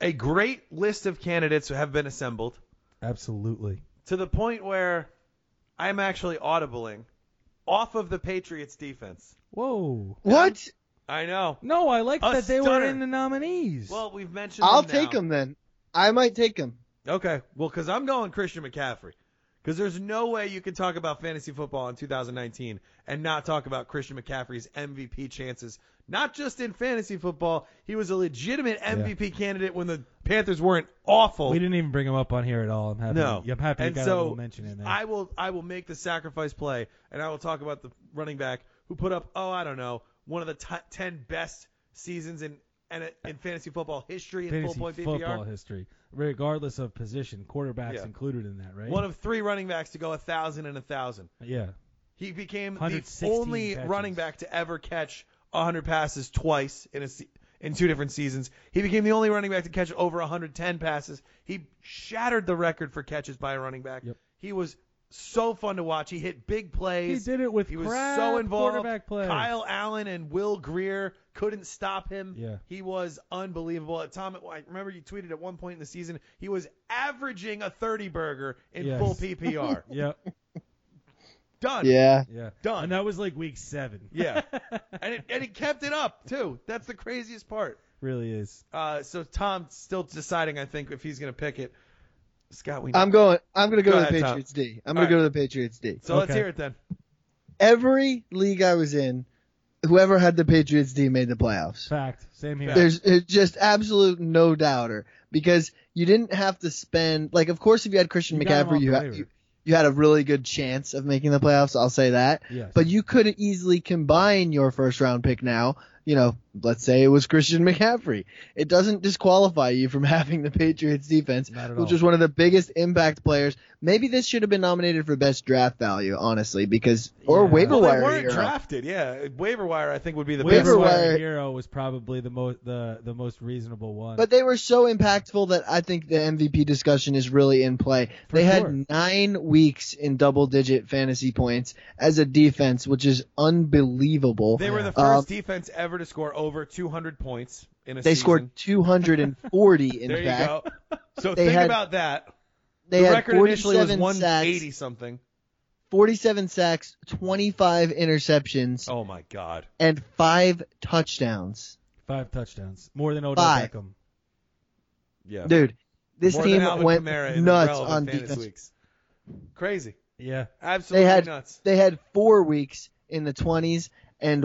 Speaker 6: A great list of candidates have been assembled
Speaker 5: Absolutely.
Speaker 6: to the point where I'm actually audibling off of the Patriots defense.
Speaker 5: Whoa.
Speaker 4: What?
Speaker 6: I know.
Speaker 5: No, I like
Speaker 6: A
Speaker 5: that they were
Speaker 6: stunner.
Speaker 5: in the nominees.
Speaker 6: Well, we've mentioned.
Speaker 4: I'll
Speaker 6: them now.
Speaker 4: take him then. I might take him.
Speaker 6: Okay. Well, because I'm going Christian McCaffrey. Because there's no way you can talk about fantasy football in 2019 and not talk about Christian McCaffrey's MVP chances. Not just in fantasy football, he was a legitimate MVP candidate when the Panthers weren't awful.
Speaker 5: we didn't even bring him up on here at all. I'm happy.
Speaker 6: No.
Speaker 5: I'm happy you
Speaker 6: And
Speaker 5: got
Speaker 6: so
Speaker 5: a little mention in there.
Speaker 6: I will I will make the sacrifice play, and I will talk about the running back who put up oh I don't know one of the t- ten best seasons in and in fantasy football history in
Speaker 5: Fantasy
Speaker 6: full point PPR.
Speaker 5: football history, regardless of position, quarterbacks
Speaker 6: Yeah.
Speaker 5: included in that, right?
Speaker 6: One of three running backs to go a thousand and a thousand.
Speaker 5: yeah.
Speaker 6: He became the
Speaker 5: 116
Speaker 6: only
Speaker 5: catches.
Speaker 6: running back to ever catch 100 passes twice in a se- in two different seasons. He became the only running back to catch over 110 passes. He shattered the record for catches by a running back.
Speaker 5: Yep.
Speaker 6: He was so fun to watch. He hit big
Speaker 5: He
Speaker 6: plays.
Speaker 5: did it with
Speaker 6: He was
Speaker 5: crap
Speaker 6: so involved.
Speaker 5: quarterback play.
Speaker 6: Kyle Allen and Will Greer couldn't stop him.
Speaker 5: Yeah.
Speaker 6: He was unbelievable. At Tom, I remember you tweeted at one point in the season he was averaging a 30 burger in
Speaker 5: Yes.
Speaker 6: full PPR.
Speaker 5: Yep.
Speaker 6: Done.
Speaker 4: Yeah.
Speaker 5: Yeah.
Speaker 6: Done.
Speaker 5: And that was like week seven.
Speaker 6: Yeah. and it, and it kept it up too. That's the craziest part.
Speaker 5: really is.
Speaker 6: Uh, so Tom's still deciding, I think, if he's going to pick it. Scott, we.
Speaker 4: I'm going. I'm going to go,
Speaker 6: Go
Speaker 4: to the
Speaker 6: ahead, Tom.
Speaker 4: Patriots D. I'm going
Speaker 6: All
Speaker 4: to go to the Patriots D.
Speaker 6: so let's
Speaker 5: Okay.
Speaker 6: hear it then.
Speaker 4: Every league I was in, whoever had the Patriots D made the playoffs.
Speaker 5: Fact. Same here.
Speaker 4: There's it's just absolute no doubter because you didn't have to spend like. Of course, if you had Christian
Speaker 5: You got him
Speaker 4: McCaffrey,
Speaker 5: off
Speaker 4: you
Speaker 5: the
Speaker 4: had
Speaker 5: waiver.
Speaker 4: you, you had a really good chance of making the playoffs. I'll say that.
Speaker 5: Yes.
Speaker 4: But you could easily combine your first round pick now. You know, let's say it was Christian McCaffrey. It doesn't disqualify you from having the Patriots defense,
Speaker 5: Not at
Speaker 4: which
Speaker 5: all.
Speaker 4: is one of the biggest impact players. Maybe this should have been nominated for best draft value, honestly, because or
Speaker 5: Yeah.
Speaker 4: waiver
Speaker 6: Well, they
Speaker 4: wire.
Speaker 6: weren't
Speaker 4: hero.
Speaker 6: drafted. Yeah, waiver wire I think would be the
Speaker 4: Waiver
Speaker 6: best.
Speaker 5: waiver
Speaker 4: wire-
Speaker 5: wire hero was probably the most the the most reasonable one.
Speaker 4: But they were so impactful that I think the MVP discussion is really in play.
Speaker 5: For
Speaker 4: they
Speaker 5: sure.
Speaker 4: had nine weeks in double digit fantasy points as a defense, which is unbelievable.
Speaker 6: They were the
Speaker 4: Um,
Speaker 6: first defense ever to score over 200 points in a
Speaker 4: they
Speaker 6: season.
Speaker 4: scored 240 in
Speaker 6: There
Speaker 4: fact.
Speaker 6: you go. So
Speaker 4: They
Speaker 6: think
Speaker 4: had-
Speaker 6: about that.
Speaker 4: They
Speaker 6: the
Speaker 4: had
Speaker 6: record
Speaker 4: 47
Speaker 6: initially was
Speaker 4: sacks,
Speaker 6: 180 something.
Speaker 4: 47 sacks, 25 interceptions,
Speaker 6: Oh my god.
Speaker 4: and five touchdowns.
Speaker 5: Five touchdowns, more than Odell
Speaker 4: Five.
Speaker 5: Beckham.
Speaker 6: Yeah.
Speaker 4: Dude, this
Speaker 6: More
Speaker 4: team
Speaker 6: than Alvin
Speaker 4: went
Speaker 6: Kamara in
Speaker 4: nuts
Speaker 6: relevant
Speaker 4: on
Speaker 6: fantasy
Speaker 4: defense.
Speaker 6: Weeks. Crazy.
Speaker 5: Yeah,
Speaker 6: Absolutely
Speaker 4: had-
Speaker 6: nuts.
Speaker 4: they had four weeks in the 20s and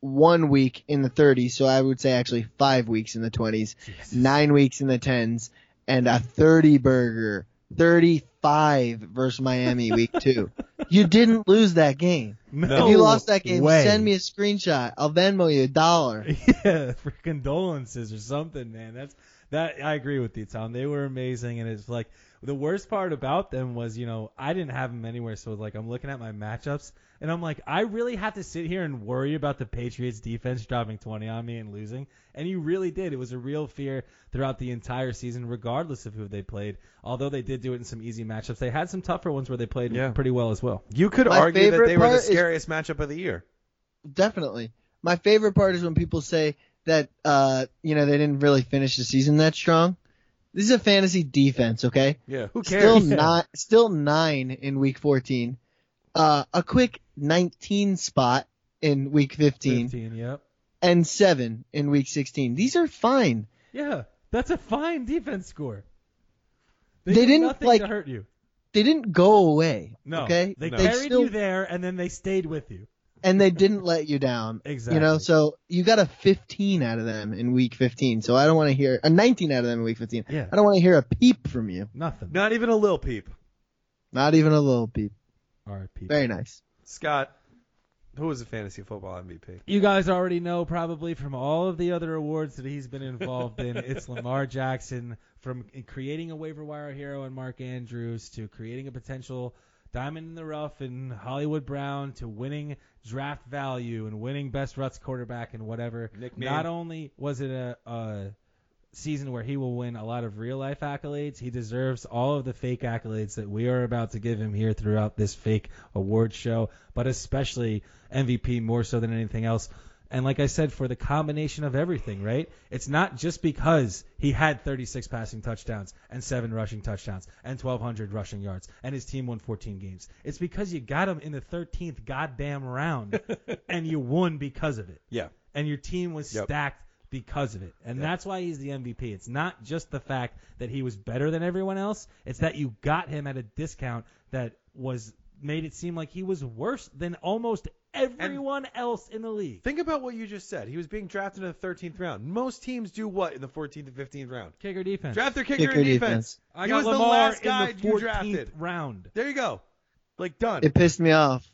Speaker 4: one week in the 30s. So I would say actually five weeks in the 20s, nine weeks in the 10s, and a 30 burger, 30 five versus Miami week two. You didn't lose that game.
Speaker 5: No
Speaker 4: if you lost that game,
Speaker 5: way.
Speaker 4: send me a screenshot. I'll Venmo you a dollar.
Speaker 5: yeah, for condolences or something, man. That's that. I agree with you, Tom. They were amazing, and it's like the worst part about them was, you know, I didn't have them anywhere, so like I'm looking at my matchups, and I'm like, I really have to sit here and worry about the Patriots defense dropping 20 on me and losing, and you really did. It was a real fear throughout the entire season, regardless of who they played. Although they did do it in some easy matchups, they had some tougher ones where they played
Speaker 6: Yeah.
Speaker 5: pretty well as well.
Speaker 6: You could
Speaker 4: My
Speaker 6: argue that
Speaker 4: favorite
Speaker 6: they were the
Speaker 4: part is-
Speaker 6: scariest matchup of the year.
Speaker 4: Definitely. My favorite part is when people say that uh, you know they didn't really finish the season that strong. This is a fantasy defense, okay?
Speaker 6: Yeah, who cares?
Speaker 4: Still
Speaker 5: Yeah.
Speaker 4: nine, still nine in week fourteen. Uh, a quick nineteen spot in week 15,
Speaker 5: 15, yep.
Speaker 4: and seven in week sixteen. These are fine.
Speaker 5: Yeah, that's a fine defense score.
Speaker 4: They
Speaker 5: did
Speaker 4: didn't,
Speaker 5: nothing
Speaker 4: like-
Speaker 5: to hurt you.
Speaker 4: They didn't go away.
Speaker 5: No,
Speaker 4: okay.
Speaker 5: they
Speaker 6: No.
Speaker 5: carried
Speaker 4: still
Speaker 5: you there and then they stayed with you.
Speaker 4: and they didn't let you down.
Speaker 5: Exactly.
Speaker 4: You know, so you got a 15 out of them in week 15. So I don't want to hear a 19 out of them in week 15.
Speaker 5: Yeah.
Speaker 4: I don't want to hear a peep from you.
Speaker 5: Nothing.
Speaker 6: Not even a little peep.
Speaker 4: Not even a little peep.
Speaker 5: R.I.P.
Speaker 4: Very nice.
Speaker 6: Scott, who was a fantasy football MVP?
Speaker 5: You guys already know probably from all of the other awards that he's been involved in. It's Lamar Jackson from creating a waiver wire hero and Mark Andrews to creating a potential diamond in the rough and Hollywood Brown to winning draft value and winning best ruts quarterback and whatever.
Speaker 6: Nickname.
Speaker 5: Not only was it a, a season where he will win a lot of real life accolades, he deserves all of the fake accolades that we are about to give him here throughout this fake award show, but especially MVP more so than anything else. And like I said, for the combination of everything, right? It's not just because he had 36 passing touchdowns and seven rushing touchdowns and 1,200 rushing yards and his team won 14 games. It's because you got him in the 13th goddamn round and you won because of it.
Speaker 6: Yeah.
Speaker 5: And your team was
Speaker 6: Yep.
Speaker 5: stacked because of it. And that's why he's the MVP. It's not just the fact that he was better than everyone else, it's that you got him at a discount that was made it seem like he was worse than almost everyone else in the league.
Speaker 6: Think about what you just said. He was being drafted in the 13th round. Most teams do what in the 14th and 15th round?
Speaker 5: Kicker defense.
Speaker 6: Draft their kicker
Speaker 4: Kicker
Speaker 6: and
Speaker 4: defense.
Speaker 6: defense.
Speaker 5: I
Speaker 6: he
Speaker 5: got
Speaker 6: was
Speaker 5: Lamar
Speaker 6: the last
Speaker 5: in
Speaker 6: guy
Speaker 5: the
Speaker 6: you
Speaker 5: 14th
Speaker 6: drafted.
Speaker 5: round.
Speaker 6: There you go. Like done.
Speaker 4: It pissed me off.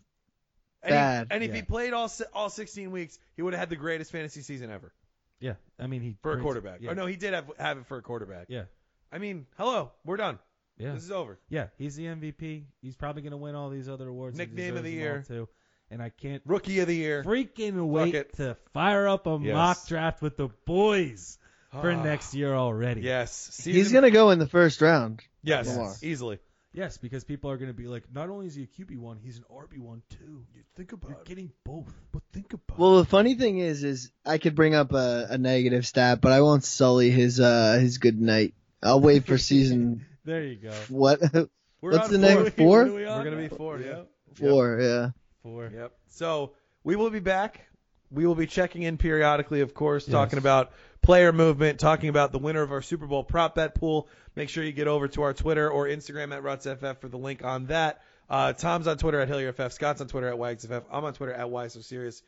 Speaker 6: and he-
Speaker 4: bad.
Speaker 6: and if he
Speaker 5: Yeah.
Speaker 6: played all si- all 16 weeks, he would have had the greatest fantasy season ever
Speaker 5: Yeah, I mean he
Speaker 6: for a
Speaker 5: brings-
Speaker 6: quarterback.
Speaker 5: Yeah,
Speaker 6: Or no, he did have have it for a quarterback.
Speaker 5: Yeah.
Speaker 6: I mean, hello, we're done.
Speaker 5: yeah,
Speaker 6: This is over.
Speaker 5: yeah. He's the MVP. He's probably gonna win all these other awards. He
Speaker 6: Nickname of the
Speaker 5: deserves them all, too. And I can't
Speaker 6: Rookie of the year.
Speaker 5: freaking wait
Speaker 6: it.
Speaker 5: to fire up a
Speaker 6: Yes.
Speaker 5: mock draft with the boys for
Speaker 6: Ah.
Speaker 5: next year already.
Speaker 6: Yes.
Speaker 4: He's going to go in the first round.
Speaker 6: Yes,
Speaker 4: Lamar.
Speaker 6: easily.
Speaker 5: Yes, because people are gonna be like, not only is he a QB one, he's an RB one too. You think about You're getting both. But think about
Speaker 4: Well, the funny thing is, is I could bring up a, a negative stat, but I won't sully his uh his good night. I'll wait for season
Speaker 5: There you go.
Speaker 4: what
Speaker 6: We're
Speaker 4: What's
Speaker 6: on
Speaker 4: the
Speaker 6: four.
Speaker 4: next four?
Speaker 5: What are we
Speaker 6: We're
Speaker 5: on
Speaker 6: gonna be
Speaker 5: now?
Speaker 6: four, yeah.
Speaker 4: four? Yeah.
Speaker 5: Four.
Speaker 6: Yep. So we will be back. We will be checking in periodically, of course, talking about player movement, talking about the winner of our Super Bowl prop bet pool. Make sure you get over to our Twitter or Instagram at RutsFF for the link on that. Uh, Tom's on Twitter at HillierFF. Scott's on Twitter at WagsFF. I'm on Twitter at YSOSerious.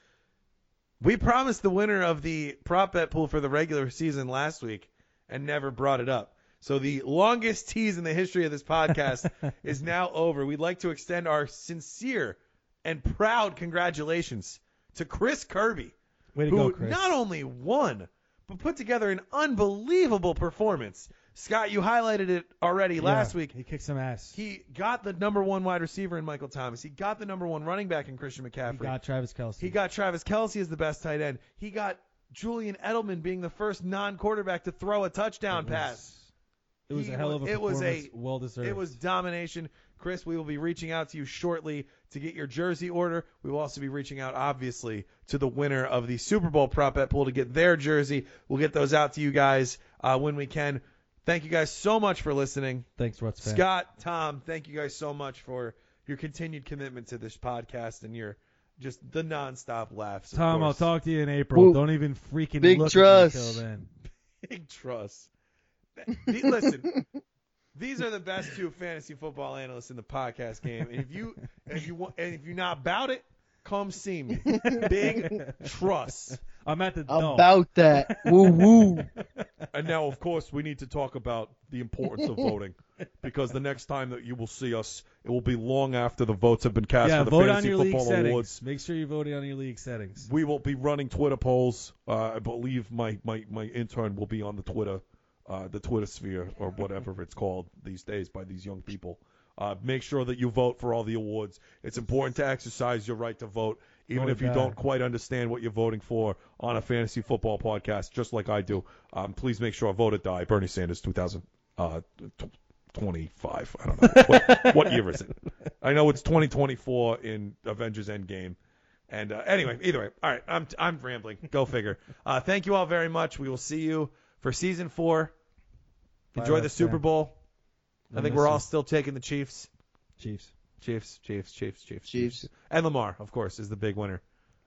Speaker 6: We promised the winner of the prop bet pool for the regular season last week and never brought it up. So the longest tease in the history of this podcast is now over. We'd like to extend our sincere and proud congratulations to Chris Kirby,
Speaker 5: Way to
Speaker 6: who
Speaker 5: go, Chris.
Speaker 6: not only won but put together an unbelievable performance. Scott, you highlighted it already last
Speaker 5: Yeah,
Speaker 6: week.
Speaker 5: he kicked some ass.
Speaker 6: He got the number one wide receiver in Michael Thomas. He got the number one running back in Christian McCaffrey.
Speaker 5: He got Travis Kelsey.
Speaker 6: He got Travis Kelsey as the best tight end. He got Julian Edelman being the first non-quarterback to throw a touchdown
Speaker 5: It was-
Speaker 6: pass.
Speaker 5: It was
Speaker 6: He
Speaker 5: a hell of a
Speaker 6: was- it was
Speaker 5: performance.
Speaker 6: a-
Speaker 5: well deserved.
Speaker 6: It was domination. Chris, we will be reaching out to you shortly to get your jersey order. We will also be reaching out, obviously, to the winner of the Super Bowl prop bet pool to get their jersey. We'll get those out to you guys uh, when we can. Thank you guys so much for listening.
Speaker 5: Thanks, Ruts fan.
Speaker 6: Scott, Tom, thank you guys so much for your continued commitment to this podcast and your just the nonstop laughs. of
Speaker 5: Tom, I'll
Speaker 6: course.
Speaker 5: talk to you in April.
Speaker 4: Woo.
Speaker 5: Don't even freaking
Speaker 4: Big
Speaker 5: look
Speaker 4: trust.
Speaker 5: until then.
Speaker 6: Big trust. The- Listen, these are the best two fantasy football analysts in the podcast game. And if you if you want and if you're not about it, come see me. Big trust.
Speaker 5: I'm at the dome.
Speaker 4: About that. woo woo.
Speaker 6: And now, of course, we need to talk about the importance of voting because the next time that you will see us, it will be long after the votes have been cast for
Speaker 5: yeah,
Speaker 6: the
Speaker 5: vote on
Speaker 6: Fantasy
Speaker 5: your league
Speaker 6: Football
Speaker 5: settings.
Speaker 6: Awards.
Speaker 5: Make sure you vote on your league settings.
Speaker 6: We will be running Twitter polls. Uh, I believe my, my, my intern will be on the Twitter, uh, the Twitter sphere or whatever it's called these days by these young people. Uh, make sure that you vote for all the awards. It's important to exercise your right to vote, even
Speaker 5: Oh,
Speaker 6: if you
Speaker 5: God.
Speaker 6: don't quite understand what you're voting for on a fantasy football podcast, just like I do. Um, please make sure I voted die Bernie Sanders 2000. Uh, tw- 25. I don't know. What, what year is it? I know it's 2024 in Avengers Endgame. And uh, anyway, either way, all right, I'm I'm rambling. Go figure. Uh, thank you all very much. We will see you for season four. Enjoy
Speaker 5: Bye,
Speaker 6: the
Speaker 5: West
Speaker 6: Super
Speaker 5: Ham.
Speaker 6: Bowl. I think
Speaker 5: miss
Speaker 6: we're all
Speaker 5: you.
Speaker 6: still taking the Chiefs,
Speaker 5: Chiefs.
Speaker 6: Chiefs, Chiefs, Chiefs, Chiefs,
Speaker 4: Chiefs.
Speaker 6: and Lamar, of course, is the big winner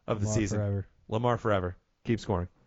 Speaker 6: of the
Speaker 5: Lamar
Speaker 6: season.
Speaker 5: Forever.
Speaker 6: Lamar forever. Keep scoring.